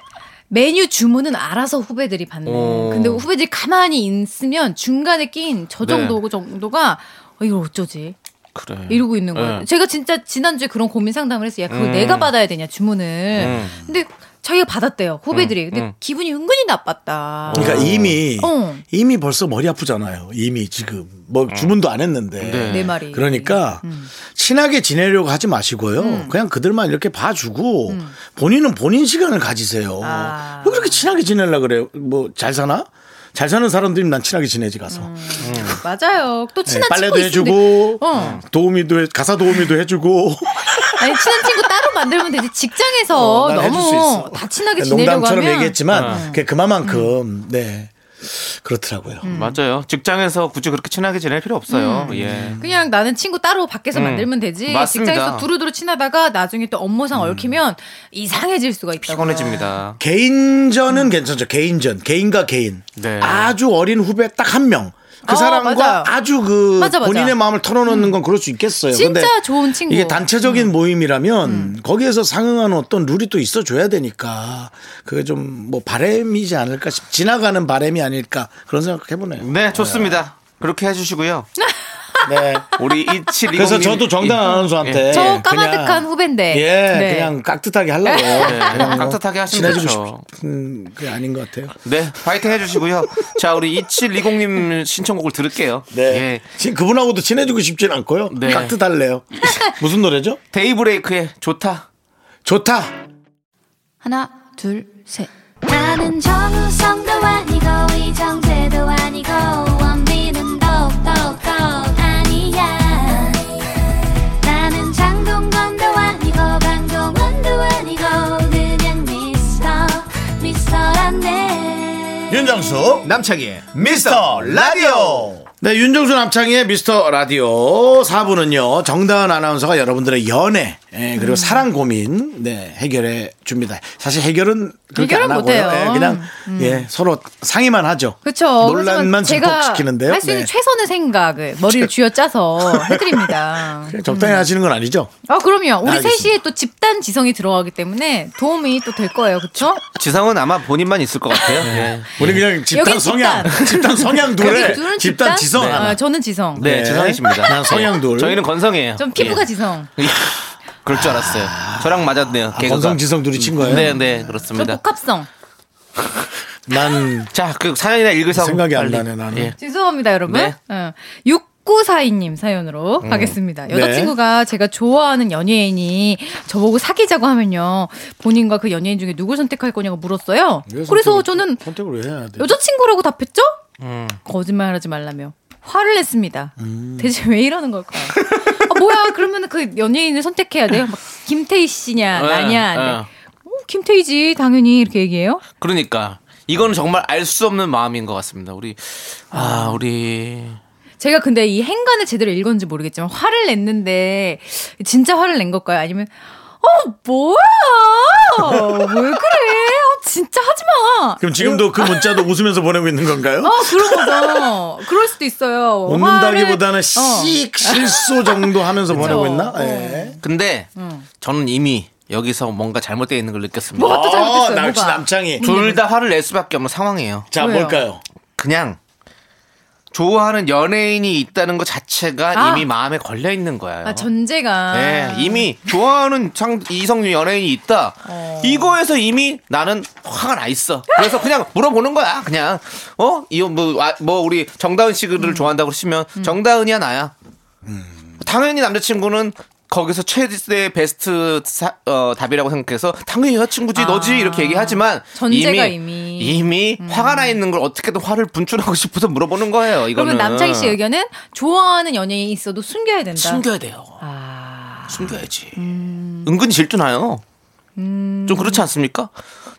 Speaker 5: 메뉴 주문은 알아서 후배들이 받는.
Speaker 2: 오.
Speaker 5: 근데 후배들이 가만히 있으면 중간에 낀 저
Speaker 2: 네.
Speaker 5: 정도 그 정도가 어, 이걸 어쩌지?
Speaker 2: 그래.
Speaker 5: 이러고 있는 거예요.
Speaker 2: 네.
Speaker 5: 제가 진짜 지난주에 그런 고민 상담을 했어요. 야, 그거 내가 받아야 되냐, 주문을. 근데 자기가 받았대요, 후배들이. 근데 기분이 은근히 나빴다.
Speaker 1: 그러니까 이미,
Speaker 5: 어.
Speaker 1: 이미 벌써 머리 아프잖아요. 이미 지금. 뭐 주문도 안 했는데.
Speaker 5: 내 말이.
Speaker 1: 그러니까
Speaker 5: 음.
Speaker 1: 친하게 지내려고 하지 마시고요. 그냥 그들만 이렇게 봐주고 본인은 본인 시간을 가지세요.
Speaker 5: 음. 아.
Speaker 1: 왜 그렇게 친하게 지내려 그래요? 뭐 잘 사나? 잘 사는 사람들이 난 친하게 지내지 가서
Speaker 5: 맞아요. 또
Speaker 1: 네,
Speaker 5: 음. 친한
Speaker 1: 빨래도
Speaker 5: 친구 있으면
Speaker 1: 해주고 음,
Speaker 5: 돼. 어.
Speaker 1: 도우미도 해- 가사 도우미도 해주고
Speaker 5: 아니 친한 친구 따로 만들면 되지 직장에서
Speaker 1: 어, 난 해줄 수
Speaker 5: 너무
Speaker 1: 있어.
Speaker 5: 다 친하게 지내려고
Speaker 1: 농담처럼
Speaker 5: 하면 어. 음.
Speaker 1: 얘기했지만 그게 그만큼 네 그렇더라고요.
Speaker 2: 맞아요. 직장에서 굳이 그렇게 친하게 지낼 필요 없어요.
Speaker 5: 음.
Speaker 1: 음.
Speaker 2: 예.
Speaker 5: 그냥 나는 친구 따로 밖에서 만들면 되지
Speaker 2: 맞습니다.
Speaker 5: 직장에서 두루두루 친하다가 나중에 또 업무상
Speaker 1: 음.
Speaker 5: 얽히면 이상해질 수가 있다.
Speaker 2: 피곤해집니다.
Speaker 1: 개인전은 괜찮죠. 개인전. 개인과 개인.
Speaker 2: 네.
Speaker 1: 아주 어린 후배 딱 한 명. 그
Speaker 5: 어,
Speaker 1: 사람과
Speaker 5: 맞아요.
Speaker 1: 아주그
Speaker 5: 맞아, 맞아.
Speaker 1: 본인의 마음을 털어놓는 건 그럴 수 있겠어요.
Speaker 5: 진짜
Speaker 1: 근데
Speaker 5: 좋은 친구. 음.
Speaker 1: 이게 단체적인 모임이라면 거기에서 상응하는 어떤 룰이 또 있어줘야 되니까 그게 좀 뭐 바램이지 않을까 싶, 지나가는 바램이 아닐까 그런 생각 해보네요.
Speaker 5: 음.
Speaker 2: 네, 좋습니다. 그렇게 해주시고요.
Speaker 1: 네.
Speaker 2: 우리 예. 2720.
Speaker 1: 그래서 저도 정당 아나운서한테
Speaker 5: 저
Speaker 1: 예, 그냥-
Speaker 5: 까마득한 후배인데.
Speaker 1: 예,
Speaker 5: *laughs* 네.
Speaker 1: 그냥 깍듯하게 하려고. 그냥 뭐
Speaker 2: 예. 네, 깍듯하게 하시면
Speaker 1: 친해지고
Speaker 2: 좋죠.
Speaker 1: 싶은 게 아닌 것 같아요.
Speaker 2: 네, 파이팅 해주시고요. 자, 우리 2720님 신청곡을 들을게요.
Speaker 1: 네.
Speaker 2: 예.
Speaker 1: 지금 그분하고도 친해지고 싶진 않고요.
Speaker 2: 네.
Speaker 1: 깍듯할래요. *laughs* 무슨 노래죠?
Speaker 2: 데이브레이크의 좋다.
Speaker 1: 좋다.
Speaker 5: 하나 둘 셋.
Speaker 6: 나는 정우성도 아니고 이정재도 아니고 원빈은 더욱더 아니야 나는 장동건도 아니고 강동원도 아니고 그냥 미스터 미스터란데
Speaker 1: 윤정수 남창희 미스터 라디오 네, 윤정수 남창희의 미스터 라디오 4부는요, 정다은 아나운서가 여러분들의 연애, 예,
Speaker 5: 음.
Speaker 1: 그리고 사랑 고민, 네, 해결해 줍니다. 사실 해결은 그렇게
Speaker 5: 해결은
Speaker 1: 안 하고요.
Speaker 5: 못해요. 음.
Speaker 1: 예, 그냥, 예, 서로 상의만 하죠.
Speaker 5: 그렇죠.
Speaker 1: 논란만 증폭시키는데요.
Speaker 5: 할수 있는
Speaker 1: 네.
Speaker 5: 최선의 생각을
Speaker 1: *laughs*
Speaker 5: 머리를 쥐어짜서 해드립니다.
Speaker 1: 그냥 적당히 하시는 건 아니죠?
Speaker 5: 아 그럼요. 우리
Speaker 1: 알겠습니다.
Speaker 5: 셋이 또 집단 지성이 들어가기 때문에 도움이 또 될 거예요. 그렇죠?
Speaker 2: 지성은 아마 본인만 있을 것 같아요. 네.
Speaker 1: 우리 그냥 집단
Speaker 5: 여긴
Speaker 1: 성향, 집단, 성향 둘에
Speaker 5: 여기
Speaker 1: 네. 집단,
Speaker 5: 둘은
Speaker 1: 지성
Speaker 5: 네.
Speaker 1: 하나.
Speaker 5: 아, 저는 지성.
Speaker 2: 네,
Speaker 1: 네.
Speaker 2: 지성이십니다. 네.
Speaker 1: 난 성향돌.
Speaker 2: 저희는 건성이에요.
Speaker 5: 좀 피부가
Speaker 2: 예.
Speaker 5: 지성.
Speaker 2: 그럴 줄 알았어요. 저랑 맞았네요. 개그가.
Speaker 1: 건성 아. 지성 둘이 친 거예요? 뭐
Speaker 2: 네, 네,
Speaker 5: 저
Speaker 2: 그렇습니다.
Speaker 5: 복합성.
Speaker 1: 난
Speaker 2: 자, 그 사연이나 예, 읽으세요.
Speaker 1: 생각이 안 나네, 나는.
Speaker 5: 죄송합니다, 여러분.
Speaker 2: 네.
Speaker 5: 어, 6942님 사연으로
Speaker 1: 음.
Speaker 5: 가겠습니다.
Speaker 1: 네.
Speaker 5: 여자친구가 제가 좋아하는 연예인이 저보고 사귀자고 하면요. 본인과 그 연예인 중에 누굴 선택할 거냐고 물었어요.
Speaker 1: 왜
Speaker 5: 그래서
Speaker 1: 선택을-
Speaker 5: 저는
Speaker 1: 선택을 왜 해야 돼?
Speaker 5: 여자친구라고 답했죠?
Speaker 2: 음.
Speaker 5: 거짓말 하지 말라며. 화를 냈습니다.
Speaker 1: 음.
Speaker 5: 대체 왜 이러는 걸까요? 아, 뭐야, 그러면 그 연예인을 선택해야 돼요? 막 김태희 씨냐,
Speaker 2: 예,
Speaker 5: 나냐.
Speaker 2: 예.
Speaker 5: 네. 어, 김태희지, 당연히 이렇게 얘기해요.
Speaker 2: 그러니까 이건 정말 알 수 없는 마음인 것 같습니다. 우리 아 우리
Speaker 5: 제가 근데 이 행간을 제대로 읽었는지 모르겠지만 화를 냈는데 진짜 화를 낸 걸까요? 아니면 어 뭐야? 왜 그래? 어, 진짜 하지 마.
Speaker 1: 그럼 지금도 그 문자도 웃으면서 보내고 있는 건가요?
Speaker 5: 어 그런 거죠. 그럴 수도 있어요.
Speaker 1: 웃는다기보다는
Speaker 5: 화를- 어.
Speaker 1: 씩 실소 정도 하면서 보내고 있나? 예.
Speaker 2: 근데 저는 이미 여기서 뭔가 잘못되어 있는 걸 느꼈습니다.
Speaker 5: 뭐가 또 잘못됐어요?
Speaker 1: 어, 나 역시
Speaker 5: 뭐가?
Speaker 1: 남창이.
Speaker 2: 둘 다 화를 낼 수밖에 없는 상황이에요.
Speaker 1: 자,
Speaker 5: 왜요?
Speaker 1: 뭘까요?
Speaker 2: 그냥 좋아하는 연예인이 있다는 것 자체가
Speaker 5: 아.
Speaker 2: 이미 마음에 걸려 있는 거예요.
Speaker 5: 아 전제가
Speaker 2: 네, 이미 좋아하는 상- 이성 연예인이 있다.
Speaker 5: 어.
Speaker 2: 이거에서 이미 나는 화가 나 있어. 그래서 그냥 물어보는 거야. 그냥 어? 이거 뭐, 아, 뭐 우리 정다은 씨를
Speaker 5: 음.
Speaker 2: 좋아한다고 치면 정다은이야 나야. 당연히 남자친구는 거기서 최대의 베스트 사- 어, 답이라고 생각해서 당연히 여자친구지 너지 이렇게 얘기하지만
Speaker 5: 아. 전제가 이미. 음.
Speaker 2: 이미 화가 나 있는 걸 어떻게든 화를 분출하고 싶어서 물어보는 거예요. 이거는
Speaker 5: 그러면 남창희 씨 의견은 좋아하는 연예인이 있어도 숨겨야 된다. 아,
Speaker 2: 숨겨야 돼요. 숨겨야지.
Speaker 5: 음.
Speaker 2: 은근히 질투나요. 좀 그렇지 않습니까?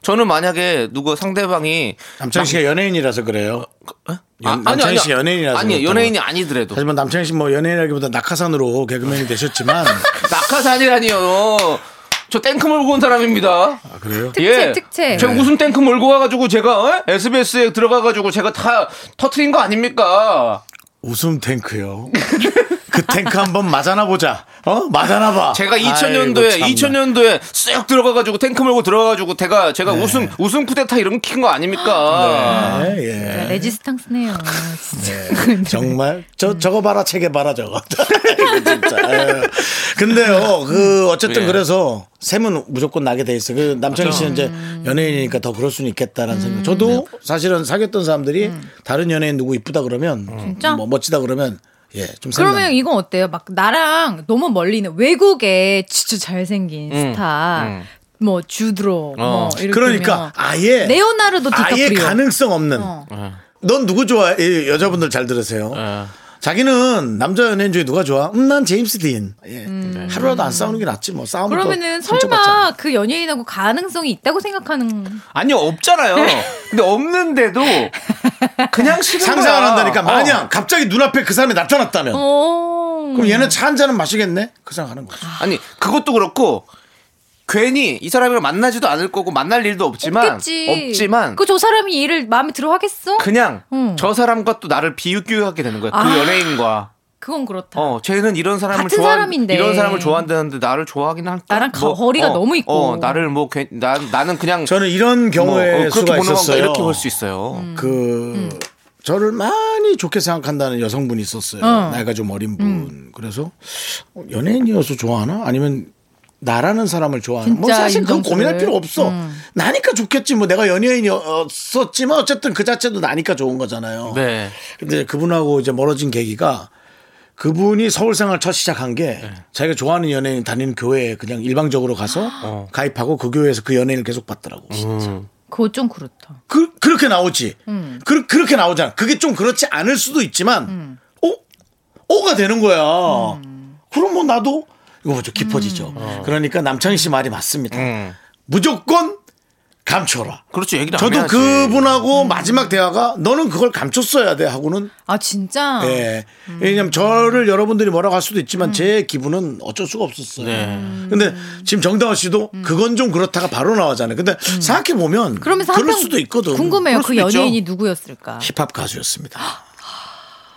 Speaker 2: 저는 만약에 누구 상대방이
Speaker 1: 남창 씨가 연예인이라서 그래요. 연-
Speaker 2: 아니,
Speaker 1: 남창희
Speaker 2: 아니,
Speaker 1: 씨 연예인이라서
Speaker 2: 아니
Speaker 1: 그렇다고.
Speaker 2: 연예인이 아니더라도
Speaker 1: 하지만 남창희 씨뭐 연예인이라기보다 낙하산으로 개그맨이 되셨지만
Speaker 2: 낙하산이라니요. 저 땡크 몰고 온 사람입니다.
Speaker 1: *laughs*
Speaker 2: 예.
Speaker 1: 아, 그래요?
Speaker 5: 특채 특채.
Speaker 1: 네.
Speaker 2: 제가 무슨 땡크 몰고 와가지고 제가 어? SBS에 들어가가지고 제가 다 터트린 거 아닙니까?
Speaker 1: 웃음 탱크요. 그 탱크 한번 맞아나 보자. 어? 맞아나 봐.
Speaker 2: 제가
Speaker 1: 아이고,
Speaker 2: 2000년도에
Speaker 1: 참나.
Speaker 2: 2000년도에 쓱 들어가가지고 탱크 몰고 들어가가지고 제가 제가 우승 우승 쿠데타 이런 거킨거 아닙니까?
Speaker 1: 네, 예.
Speaker 5: 야, 레지스탕스네요. 진짜. *laughs*
Speaker 1: 정말
Speaker 5: 음.
Speaker 1: 저 저거 봐라 책에 봐라 저거 *laughs* 이거 진짜 예. 근데요 그 어쨌든
Speaker 2: 예.
Speaker 1: 그래서 샘은 무조건 나게 돼 있어 그 남창희 씨는 이제
Speaker 5: 음.
Speaker 1: 연예인이니까 더 그럴 수는 있겠다라는 생각
Speaker 5: 네.
Speaker 1: 저도 사실은 사귀었던 사람들이 다른 연예인 누구 이쁘다 그러면
Speaker 5: 음. 진짜?
Speaker 1: 뭐 멋지다 그러면 예좀
Speaker 5: 그러면 이건 어때요? 막 나랑 너무 멀리 있는 외국의 진짜 잘생긴 스타, 뭐 주드로, 뭐 이렇게
Speaker 1: 그러니까
Speaker 5: 하면
Speaker 1: 아예
Speaker 5: 레오나르도
Speaker 1: 아예
Speaker 5: 디카프리오.
Speaker 1: 가능성 없는
Speaker 5: 어.
Speaker 2: 예.
Speaker 1: 넌 누구 좋아해 이 여자분들 잘 들으세요 자기는 남자 연예인 중에 누가 좋아? 음, 난 제임스 딘. 예.
Speaker 2: 네.
Speaker 1: 하루라도 안 싸우는 게 낫지 뭐 싸우면
Speaker 5: 음. 그러면은
Speaker 1: 또 상처받잖아.
Speaker 5: 설마 그 연예인하고 가능성이 있다고 생각하는
Speaker 2: 아니요 없잖아요.
Speaker 5: 네.
Speaker 2: 근데 없는데도 그냥 싫은
Speaker 1: 상상을
Speaker 2: 거야.
Speaker 1: 한다니까
Speaker 2: 어.
Speaker 1: 만약 갑자기 눈앞에 그 사람이 나타났다면
Speaker 5: 어.
Speaker 1: 그럼 얘는 차 한 잔은 마시겠네? 그 생각하는 거지.
Speaker 2: 아니 그것도 그렇고 괜히 이 사람이랑 만나지도 않을 거고 만날 일도 없지만
Speaker 5: 없겠지.
Speaker 2: 만
Speaker 5: 그 저 사람이 얘를 마음에 들어 하겠어?
Speaker 2: 그냥
Speaker 5: 응.
Speaker 2: 저 사람과 또 나를 비교하게 되는 거야. 그
Speaker 5: 아.
Speaker 2: 연예인과
Speaker 5: 그건 그렇다.
Speaker 2: 어 쟤는 이런 사람을
Speaker 5: 같은
Speaker 2: 좋아
Speaker 5: 사람인데.
Speaker 2: 이런 사람을 좋아한다는데 나를 좋아하긴 할까? 뭐,
Speaker 5: 나랑 거리가 너무 있고.
Speaker 2: 어, 나를 뭐 괜- 나, 나는 그냥
Speaker 1: 저는 이런
Speaker 2: 뭐,
Speaker 1: 경우에
Speaker 2: 어, 그렇게
Speaker 1: 수가
Speaker 2: 보는 건가
Speaker 1: 있었어요.
Speaker 2: 이렇게 볼 수 있어요.
Speaker 5: 음.
Speaker 1: 그 저를 많이 좋게 생각한다는 여성분이 있었어요.
Speaker 5: 어.
Speaker 1: 나이가 좀 어린 분. 그래서 어, 연예인이어서 좋아하나? 아니면 나라는 사람을 좋아하나? 뭐
Speaker 5: 진짜
Speaker 1: 사실 그건
Speaker 5: 윤정수를.
Speaker 1: 고민할 필요 없어. 나니까 좋겠지. 뭐 내가 연예인이었었지만 어쨌든 그 자체도 나니까 좋은 거잖아요.
Speaker 2: 네.
Speaker 1: 근데 그분하고 이제 멀어진 계기가 그분이 서울 생활 첫 시작한 게 자기가 좋아하는 연예인 다니는 교회에 그냥 일방적으로 가서 가입하고 그 교회에서 그 연예인을 계속 봤더라고.
Speaker 5: 그거 좀 그렇다.
Speaker 1: 그, 그렇게 나오지. 그, 그렇게 나오잖아. 그게 좀 그렇지 않을 수도 있지만, 어? 어가 되는 거야. 그럼 뭐 나도, 이거 좀 깊어지죠. 그러니까 남창희 씨 말이 맞습니다. 무조건 감춰라.
Speaker 2: 그렇죠. 얘기를 안
Speaker 1: 저도
Speaker 2: 해야지.
Speaker 1: 그분하고 마지막 대화가 너는 그걸 감췄어야 돼 하고는
Speaker 5: 아 진짜.
Speaker 1: 예.
Speaker 5: 아.
Speaker 1: 왜냐면 저를 여러분들이 뭐라고 할 수도
Speaker 5: 음.
Speaker 1: 있지만 제 기분은 어쩔 수가 없었어요.
Speaker 2: 네.
Speaker 1: 근데 지금 정다원 씨도 그건 좀 그렇다가 바로 나오잖아요. 근데 생각해 보면
Speaker 5: 음. 그러면서
Speaker 1: 그럴
Speaker 5: 항상
Speaker 1: 수도 있거든.
Speaker 5: 궁금해요.
Speaker 2: 그럴
Speaker 5: 그
Speaker 2: 수도 있죠.
Speaker 5: 연예인이 누구였을까?
Speaker 1: 힙합 가수였습니다.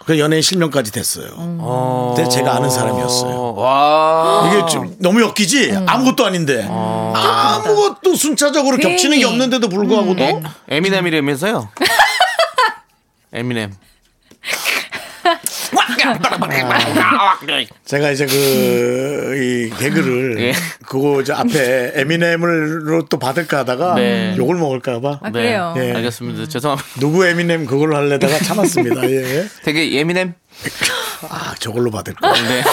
Speaker 1: 그 연예인 실명까지 됐어요.
Speaker 5: 음.
Speaker 2: 어.
Speaker 1: 근데 제가 아는 사람이었어요.
Speaker 2: 와.
Speaker 1: 이게 좀 너무 엮이지 아무것도 아닌데 아무것도 순차적으로
Speaker 5: 음. 괜히. 음.
Speaker 1: 겹치는 게 없는데도 불구하고도
Speaker 5: 네?
Speaker 2: 에미넴이라면서요? *laughs* 에미넴. 아, 네.
Speaker 1: 제가 이제
Speaker 2: *laughs*
Speaker 1: 그, 이 개그를,
Speaker 2: 예.
Speaker 1: 그거 이제 앞에 에미넴으로 또 받을까 하다가
Speaker 2: 네.
Speaker 1: 욕을 먹을까봐.
Speaker 5: 아 그래요.
Speaker 1: 예.
Speaker 2: 알겠습니다. 죄송합니다.
Speaker 1: 누구 에미넴 그걸로 하려다가 참았습니다. 예.
Speaker 2: 되게 예민햄.
Speaker 1: 아, 저걸로 받을까.
Speaker 2: 네.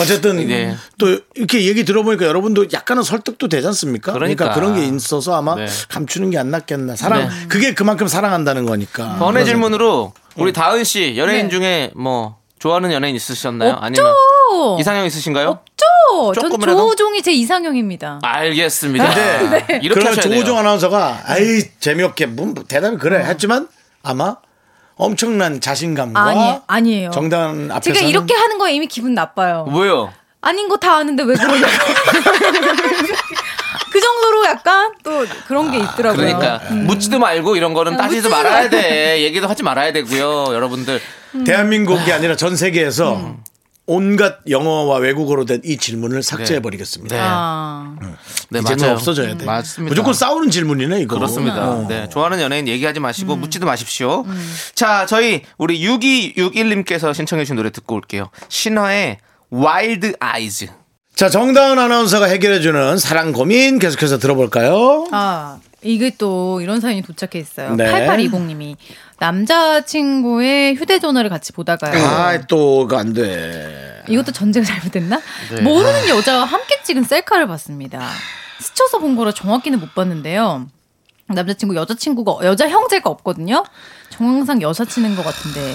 Speaker 1: 어쨌든
Speaker 2: 네.
Speaker 1: 또 이렇게 얘기 들어보니까 여러분도 약간은 설득도 되지 않습니까? 그러니까, 그런
Speaker 2: 그러니까.
Speaker 1: 게 있어서 아마
Speaker 2: 네.
Speaker 1: 감추는 게 안 낫겠나. 사랑,
Speaker 2: 네.
Speaker 1: 그게 그만큼 사랑한다는 거니까.
Speaker 2: 번외 질문으로 우리 다은 씨 연예인
Speaker 5: 네.
Speaker 2: 중에 뭐 좋아하는 연예인 있으셨나요?
Speaker 5: 없죠.
Speaker 2: 아니면 이상형 있으신가요?
Speaker 5: 없죠. 전
Speaker 2: 조금이라도? 아,
Speaker 5: 조종이 제 이상형입니다.
Speaker 2: 알겠습니다.
Speaker 5: 네.
Speaker 2: 네.
Speaker 1: *laughs* 네.
Speaker 2: 이렇게
Speaker 1: 그러면
Speaker 2: 하셔야 돼요. 네. 음.
Speaker 1: 조호정 아나운서가 아이 재미없게 뭐 대답이 그래 했지만 아마 엄청난 자신감과
Speaker 5: 아니 아니에요.
Speaker 1: 정단 앞에서
Speaker 5: 제가 이렇게 하는 거에 이미 기분 나빠요.
Speaker 2: 뭐요?
Speaker 5: 아닌 거 다 아는데 왜 그러냐. *laughs* 그 정도로 약간 또 그런 게 있더라고요. 음.
Speaker 2: 그러니까 묻지도 말고 이런 거는 따지도
Speaker 5: 묻지도
Speaker 2: 말아야
Speaker 5: 말고.
Speaker 2: 돼. 얘기도 하지 말아야 되고요. 여러분들
Speaker 1: 대한민국이 아니라 전 세계에서
Speaker 2: 음.
Speaker 1: 온갖 영어와 외국어로 된 이 질문을 삭제해 버리겠습니다.
Speaker 2: 네.
Speaker 5: 아,
Speaker 2: 네,
Speaker 1: 이제는
Speaker 2: 맞아요.
Speaker 1: 없어져야 돼.
Speaker 2: 맞습니다.
Speaker 1: 무조건 싸우는 질문이네 이거.
Speaker 2: 그렇습니다.
Speaker 1: 어.
Speaker 2: 네, 좋아하는 연예인 얘기하지 마시고
Speaker 5: 음.
Speaker 2: 묻지도 마십시오. 자, 저희 우리 6261님께서 신청해 주신 노래 듣고 올게요. 신화의 와일드 아이즈.
Speaker 1: 자 정다은 아나운서가 해결해 주는 사랑 고민 계속해서 들어볼까요?
Speaker 5: 아, 이게 또 이런 사연이 도착해 있어요.
Speaker 1: 네.
Speaker 5: 8820님이 남자친구의 휴대전화를 같이 보다가요.
Speaker 2: 아,
Speaker 1: 아또안 돼.
Speaker 5: 이것도 전제가 잘못됐나? 모르는 여자와 함께 찍은 셀카를 봤습니다. 스쳐서 본 거라 정확히는 못 봤는데요. 남자친구, 여자친구가, 여자 형제가 없거든요? 정황상 여사친인 것 같은데,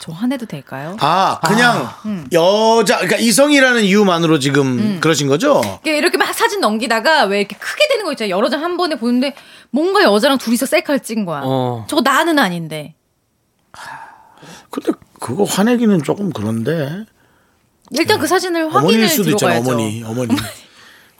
Speaker 5: 저 화내도 될까요?
Speaker 1: 아 그냥 여자 그러니까 이성이라는 이유만으로 지금 그러신 거죠?
Speaker 5: 이렇게- 이렇게 막 사진 넘기다가 왜 이렇게 크게 되는 거 있잖아요. 여러 장 한 번에 보는데 뭔가 여자랑 둘이서 셀카를 찍은 거야.
Speaker 2: 어.
Speaker 5: 저거 나는 아닌데.
Speaker 1: 근데 그거 화내기는 조금 그런데
Speaker 5: 일단 그 사진을 확인을
Speaker 1: 어머니일 수도 있잖아
Speaker 5: 들어가야죠.
Speaker 1: 어머니 어머니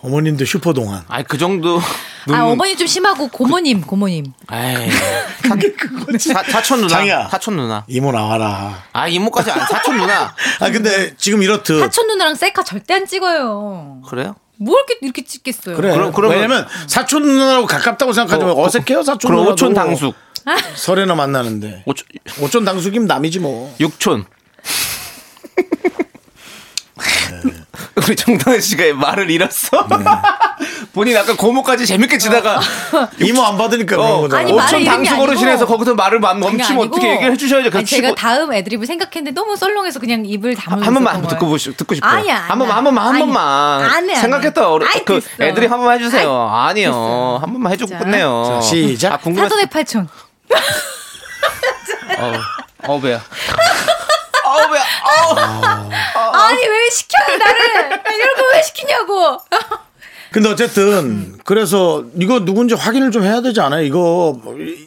Speaker 1: 어머님도 슈퍼 동안
Speaker 2: 아이 그 정도 눈
Speaker 5: 아, 어머니 좀 심하고 고모님,
Speaker 1: 그-
Speaker 5: 고모님.
Speaker 1: 네.
Speaker 5: *laughs*
Speaker 2: 에이. 사, 사촌 누나.
Speaker 1: 장이야.
Speaker 2: 사촌 누나.
Speaker 1: 이모 나와라.
Speaker 2: 아, 이모까지 안 사촌 누나.
Speaker 1: 아 근데 지금 이렇듯
Speaker 5: 사촌 누나랑 셀카 절대 안 찍어요.
Speaker 2: *laughs* 그래요?
Speaker 5: 뭘 이렇게, 이렇게 찍겠어요?
Speaker 1: 그래.
Speaker 2: 그럼- 그러면-
Speaker 1: 왜냐면 사촌 누나라고 가깝다고 생각하지만
Speaker 2: 어,
Speaker 1: 어, 색해요 사촌
Speaker 2: 그럼
Speaker 1: 누나.
Speaker 2: 오촌 당숙.
Speaker 1: 설에나 만나는데.
Speaker 2: 오촌
Speaker 1: 오촌 당숙이면 남이지 뭐.
Speaker 2: 육촌. *laughs* 우리 정다은 씨가 말을 잃었어. *laughs* 본인 아까 고모까지 재밌게 치다가
Speaker 1: 이모 안 받으니까 그런
Speaker 2: 어,
Speaker 1: 거잖아.
Speaker 5: 아니, 말을
Speaker 2: 오촌
Speaker 5: 잃은 게
Speaker 2: 당숙
Speaker 5: 아니고.
Speaker 2: 어르신에서 거기서 말을 막
Speaker 5: 그게
Speaker 2: 넘치면
Speaker 5: 아니고,
Speaker 2: 어떻게 얘기를 해주셔야죠.
Speaker 5: 아니,
Speaker 2: 그냥
Speaker 5: 제가
Speaker 2: 치고-
Speaker 5: 다음 애드립을 생각했는데 너무 썰렁해서 그냥 입을 다물고
Speaker 2: 한 번만
Speaker 5: 있었던
Speaker 2: 듣고
Speaker 5: 거예요.
Speaker 2: 보시 듣고 싶어요.
Speaker 5: 아니야, 아니야.
Speaker 2: 한 번만 한 번만 한
Speaker 5: 아니,
Speaker 2: 번만.
Speaker 5: 안 해, 안 해.
Speaker 2: 생각했다 어려
Speaker 5: 아이,
Speaker 2: 그
Speaker 5: 됐어.
Speaker 2: 애들이 한 번만 해주세요. 아니요 한 번만 해주고
Speaker 5: 자.
Speaker 2: 끝내요.
Speaker 1: 자, 시작.
Speaker 2: 아, 궁금해.
Speaker 5: 사돈의 팔촌.
Speaker 2: 어, *laughs* 어배야. 어배야. 어.
Speaker 5: 아니 왜 시켜 나를 이런 거 왜 시키냐고. *laughs*
Speaker 1: 근데 어쨌든 그래서 이거 누군지 확인을 좀 해야 되지 않아요? 이거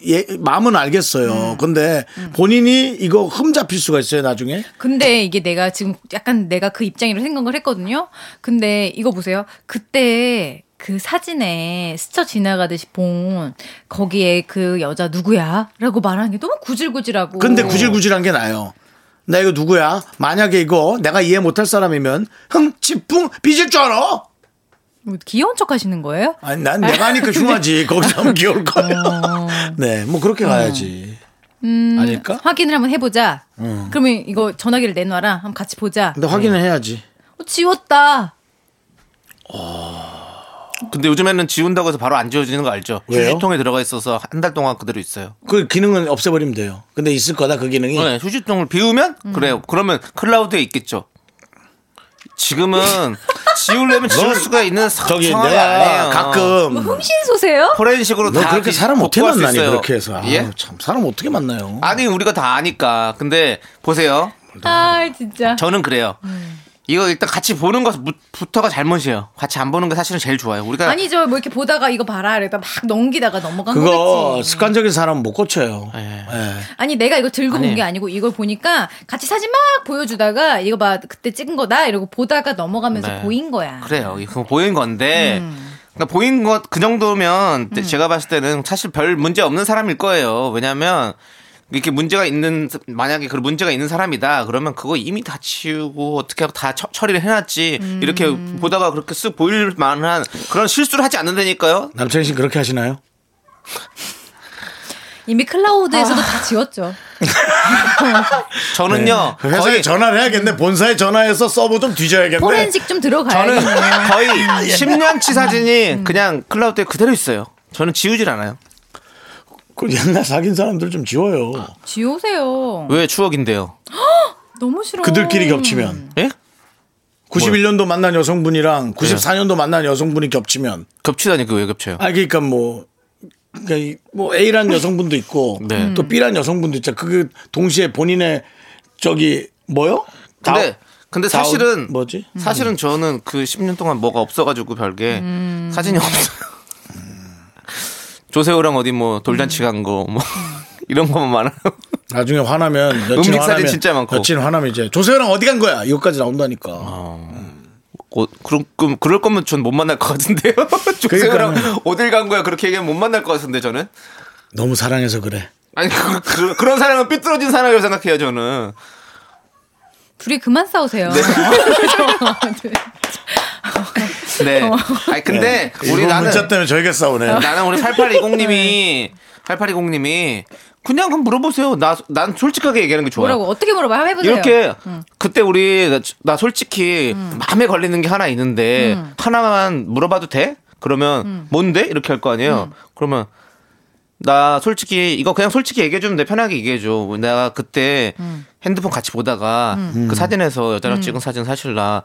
Speaker 1: 예, 마음은 알겠어요. 근데 본인이 이거 흠 잡힐 수가 있어요 나중에.
Speaker 5: 근데 이게 내가 지금 약간 내가 그 입장으로 생각을 했거든요. 근데 이거 보세요. 그때 그 사진에 스쳐 지나가듯이 본 거기에 그 여자 누구야? 라고 말하는 게 너무 구질구질하고.
Speaker 1: 근데 구질구질한 게 나요. 나 이거 누구야? 만약에 이거 내가 이해 못할 사람이면 흥, 지풍, 삐질 줄 알아?
Speaker 5: 뭐 귀여운 척 하시는 거예요?
Speaker 1: 아니 난 내가 하니까 흉하지 거기서 하면 귀여울 거예요. *laughs* 네, 뭐 그렇게 가야지. 아닐까?
Speaker 5: 확인을 한번 해보자. 그러면 이거 전화기를 내놔라. 한번 같이 보자.
Speaker 1: 근데 확인을 해야지.
Speaker 5: 어, 지웠다.
Speaker 2: 근데 요즘에는 지운다고 해서 바로 안 지워지는 거 알죠?
Speaker 1: 왜요?
Speaker 2: 휴지통에 들어가 있어서 한 달 동안 그대로 있어요.
Speaker 1: 그 기능은 없애버리면 돼요. 근데 있을 거다 그 기능이.
Speaker 2: 네, 휴지통을 비우면
Speaker 5: 음.
Speaker 2: 그래요. 그러면 클라우드에 있겠죠. 지금은 지우려면 지울 수가 있는 사-
Speaker 1: 예. 저기
Speaker 2: 상황이
Speaker 1: 내가
Speaker 2: 아니에요. 음.
Speaker 5: 뭐
Speaker 1: 가끔
Speaker 5: 흥신소세요?
Speaker 2: 포렌식으로
Speaker 1: 너
Speaker 2: 다
Speaker 1: 그렇게 사람 어떻게
Speaker 2: 복구할 수
Speaker 1: 만나니
Speaker 2: 있어요.
Speaker 1: 그렇게 해서. 아유,
Speaker 2: 예? 아,
Speaker 1: 참 사람 어떻게 만나요?
Speaker 2: 아니 우리가 다 아니까. 근데 보세요.
Speaker 5: 아 진짜.
Speaker 2: 저는 그래요. 이거 일단 같이 보는 것부터가 잘못이에요. 같이 안 보는 게 사실은 제일 좋아요. 우리가
Speaker 5: 아니 저 뭐 이렇게 보다가 이거 봐라 이러다 막 넘기다가 넘어간
Speaker 1: 그거
Speaker 5: 거겠지.
Speaker 1: 습관적인 사람은 못 고쳐요.
Speaker 2: 예.
Speaker 5: 아니 내가 이거 들고 본
Speaker 2: 아니.
Speaker 5: 게 아니고 이걸 보니까 같이 사진 막 보여주다가 이거 봐 그때 찍은 거다 이러고 보다가 넘어가면서
Speaker 2: 네.
Speaker 5: 보인 거야.
Speaker 2: 그래요. 이거 보인 건데.
Speaker 5: 음.
Speaker 2: 그러니까 보인 것 그 정도면 제가 봤을 때는 사실 별 문제 없는 사람일 거예요. 왜냐하면 이렇게 문제가 있는 만약에 그 문제가 있는 사람이다 그러면 그거 이미 다 치우고 어떻게 하고 다 처- 처리를 해놨지 이렇게
Speaker 5: 음.
Speaker 2: 보다가 그렇게 쓱 보일 만한 그런 실수를 하지 않는다니까요.
Speaker 1: 남창희 씨 그렇게 하시나요?
Speaker 5: 이미
Speaker 2: 아.
Speaker 5: 클라우드에서도 다 지웠죠.
Speaker 2: 저는요
Speaker 1: 그 회사에
Speaker 2: 어, 거의
Speaker 1: 전화를 해야겠네. 본사에 전화해서 서버 좀 뒤져야겠네.
Speaker 5: 포렌식
Speaker 2: 저는
Speaker 5: 좀 들어가야겠네.
Speaker 1: *laughs*
Speaker 2: 거의
Speaker 1: 아, 예.
Speaker 2: 10년치
Speaker 1: 음.
Speaker 2: 사진이 그냥 클라우드에 그대로 있어요. 저는 지우질 않아요.
Speaker 1: 그 옛날 사귄 사람들 좀 지워요.
Speaker 2: 아.
Speaker 5: 지우세요.
Speaker 2: 왜 추억인데요?
Speaker 5: 너무 싫어.
Speaker 1: 그들끼리
Speaker 5: 음.
Speaker 1: 겹치면.
Speaker 2: 예?
Speaker 1: 91년도 만난 여성분이랑 94년도 만난 여성분이 겹치면.
Speaker 2: 겹치다니 그왜 겹쳐요?
Speaker 1: 아, 그러니까 뭐. 그러니까 이- 뭐
Speaker 5: *laughs*
Speaker 1: A란 여성분도 있고
Speaker 2: 네.
Speaker 1: 또 B란 여성분도 있죠. 그게 동시에 본인의 저기 뭐요? 다-
Speaker 2: 근데 근데
Speaker 1: 다운-
Speaker 2: 사실은
Speaker 1: 뭐지? 음.
Speaker 2: 사실은 저는 그 10년 동안 뭐가 없어가지고 별게 사진이 없어요. 조세호랑 어디 뭐 돌잔치
Speaker 1: 음.
Speaker 2: 간 거 뭐 *laughs* 이런 거만 많아요.
Speaker 1: 나중에
Speaker 2: *laughs*
Speaker 1: 화나면 여친
Speaker 2: 음식 사진
Speaker 1: 화나면
Speaker 2: 진짜 많고.
Speaker 1: 여친 화나면 이제 조세호랑 어디 간 거야? 이거까지 나온다니까.
Speaker 2: 어, 그럼 그럼 그럴 거면 전 못 만날 것 같은데요. *laughs* 조세호랑
Speaker 1: 그러니까요.
Speaker 2: 어딜 간 거야 그렇게 얘기하면 못 만날 것 같은데 저는.
Speaker 1: 너무 사랑해서 그래.
Speaker 2: 아니 그, 그, 그런 사람은 삐뚤어진 사람이라고 생각해요 저는.
Speaker 5: 둘이 그만 싸우세요.
Speaker 2: 네. 아니 근데 우리
Speaker 1: 네. 이번
Speaker 2: 나는 아.
Speaker 1: 문자 때문에 저희가 싸우네.
Speaker 2: 나는 우리 8820님이 8820님이 그냥 그럼 물어보세요. 나 난 솔직하게 얘기하는 게 좋아요.
Speaker 5: *laughs* 뭐라고 어떻게 물어봐 한번 해보세요. 음.
Speaker 2: 이렇게 그때 우리 나, 나 솔직히 마음에 걸리는 게 하나 있는데
Speaker 5: 음.
Speaker 2: 하나만 물어봐도 돼? 그러면 뭔데? 이렇게 할 거 아니에요.
Speaker 5: 음.
Speaker 2: 그러면 나 솔직히 이거 그냥 솔직히 얘기해 주면 돼 편하게 얘기해 줘. 내가 그때
Speaker 5: 음.
Speaker 2: 핸드폰 같이 보다가 그 사진에서 여자랑 찍은 사진 사실 나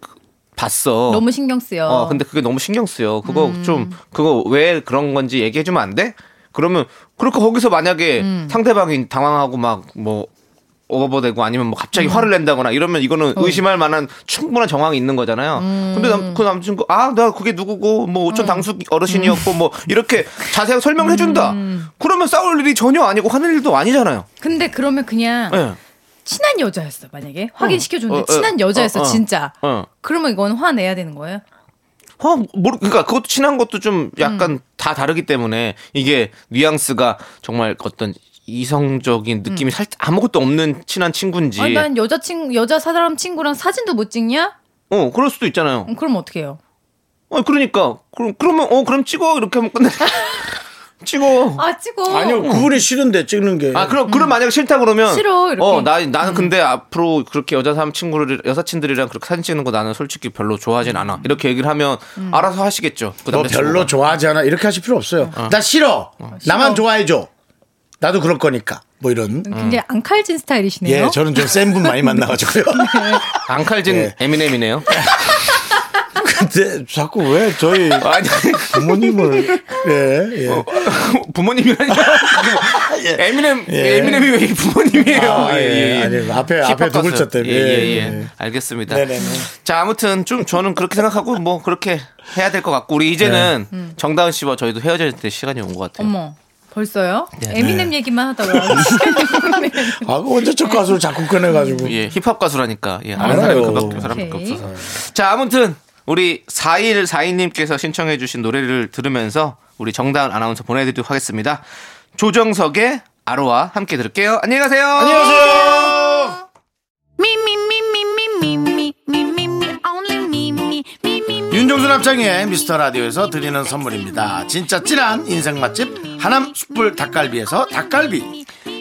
Speaker 2: 그- 봤어.
Speaker 5: 너무 신경 쓰여.
Speaker 2: 어, 근데 그게 너무 신경 쓰여. 그거 좀, 그거 왜 그런 건지 얘기해주면 안 돼? 그러면, 그렇게 거기서 만약에 상대방이 당황하고 막, 뭐, 오버되고 아니면 뭐 갑자기 화를 낸다거나 이러면 이거는 의심할 만한 충분한 정황이 있는 거잖아요. 근데 남, 그 남친구, 아, 나 그게 누구고, 뭐, 오천 당수 어르신이었고, 뭐, 이렇게 자세하게 설명을 해준다. 그러면 싸울 일이 전혀 아니고 화낼 일도 아니잖아요.
Speaker 5: 근데 그러면 그냥
Speaker 2: 예.
Speaker 5: 친한 여자였어 만약에
Speaker 2: 어,
Speaker 5: 확인시켜줬는데
Speaker 2: 어,
Speaker 5: 친한 여자였어
Speaker 2: 어, 어.
Speaker 5: 진짜.
Speaker 2: 어.
Speaker 5: 그러면 이건 화내야 되는 거예요?
Speaker 2: 어, 모르, 그러니까 그것도 친한 것도 좀 약간
Speaker 5: 음.
Speaker 2: 다 다르기 때문에 이게 뉘앙스가 정말 어떤 이성적인 느낌이 살 아무것도 없는 친한 친구인지.
Speaker 5: 아니 음. 어, 난 여자친 여자 사람 친구랑 사진도 못 찍냐?
Speaker 2: 어, 그럴 수도 있잖아요.
Speaker 5: 음, 그럼 어떻게 해요?
Speaker 2: 어, 그러니까. 그럼, 그러면, 어, 그럼 찍어. 이렇게 하면 끝내. *laughs* 찍어.
Speaker 5: 아 찍어.
Speaker 1: 아니요, 그분이 싫은데 찍는 게.
Speaker 2: 아, 그럼, 그럼 만약에 싫다 그러면.
Speaker 5: 음. 싫어, 이렇게. 음.
Speaker 2: 어, 나, 나는 근데 앞으로 그렇게 여자 사람 친구를, 여사친들이랑 그렇게 사진 찍는 거 나는 솔직히 별로 좋아하진 않아. 이렇게 얘기를 하면
Speaker 5: 음.
Speaker 2: 알아서 하시겠죠. 그
Speaker 1: 너
Speaker 2: 남자친구가.
Speaker 1: 뭐 별로 좋아하지 않아. 이렇게 하실 필요 없어요. 나 싫어. 나만 좋아해줘. 나도 그럴 거니까. 뭐 이런.
Speaker 2: 음.
Speaker 5: 굉장히 앙칼진 스타일이시네요.
Speaker 1: 예, 저는 좀 센 분 많이 만나가지고요.
Speaker 2: 음. 앙칼진
Speaker 1: 예.
Speaker 2: 에미넴이네요.
Speaker 1: *laughs* 근데 자꾸 왜 저희
Speaker 2: *laughs* 아니. 어.
Speaker 1: 부모님을. 예, 예.
Speaker 2: 부모님이라니 에미넴
Speaker 1: *laughs* 예.
Speaker 2: 에미넴이 왜 부모님이에요?
Speaker 1: 아, 예, 예. 아니, 앞에, 앞에 두
Speaker 2: 힙합 가수.
Speaker 1: 글자 때문에.
Speaker 2: 예, 예,
Speaker 1: 예,
Speaker 2: 예.
Speaker 1: 예.
Speaker 2: 알겠습니다.
Speaker 1: 네네네.
Speaker 2: 자, 아무튼 좀 저는 그렇게 생각하고 뭐 그렇게 해야 될 것 같고 우리 이제는
Speaker 1: 네. 음.
Speaker 2: 정다은 씨와 저희도 헤어질 때 시간이 온 것 같아요.
Speaker 5: 어머 벌써요?
Speaker 2: 예. 네.
Speaker 5: 에미넴 얘기만
Speaker 2: *laughs*
Speaker 5: 하다가.
Speaker 1: 아, 그 언제 적 가수를 자꾸 꺼내가지고.
Speaker 2: 예, 힙합 가수라니까. 예, 아는
Speaker 1: 알아요.
Speaker 2: 사람이 그밖에 사람밖에
Speaker 5: 오케이.
Speaker 2: 없어서. 자, 아무튼 우리 4142님께서 신청해 주신 노래를 들으면서 우리 정다은 아나운서 보내드리도록 하겠습니다. 조정석의 아로와 함께 들을게요. 안녕히 가세요. 안녕하세요.
Speaker 1: 윤종수 남창의 미스터 라디오에서 드리는 선물입니다. 진짜 찐한 인생 맛집 하남 숯불 닭갈비에서 닭갈비.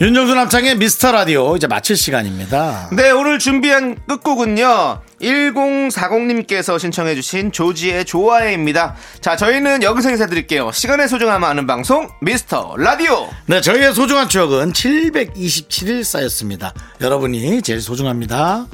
Speaker 1: 윤정수 남창의 미스터 라디오 이제 마칠 시간입니다.
Speaker 2: 네, 오늘 준비한 끝곡은요. 1040님께서 신청해주신 조지의 좋아해입니다. 자, 저희는 여기서 인사드릴게요. 시간의 소중함 아는 방송, 미스터 라디오!
Speaker 1: 네, 저희의 소중한 추억은 727일 쌓였습니다. 여러분이 제일 소중합니다.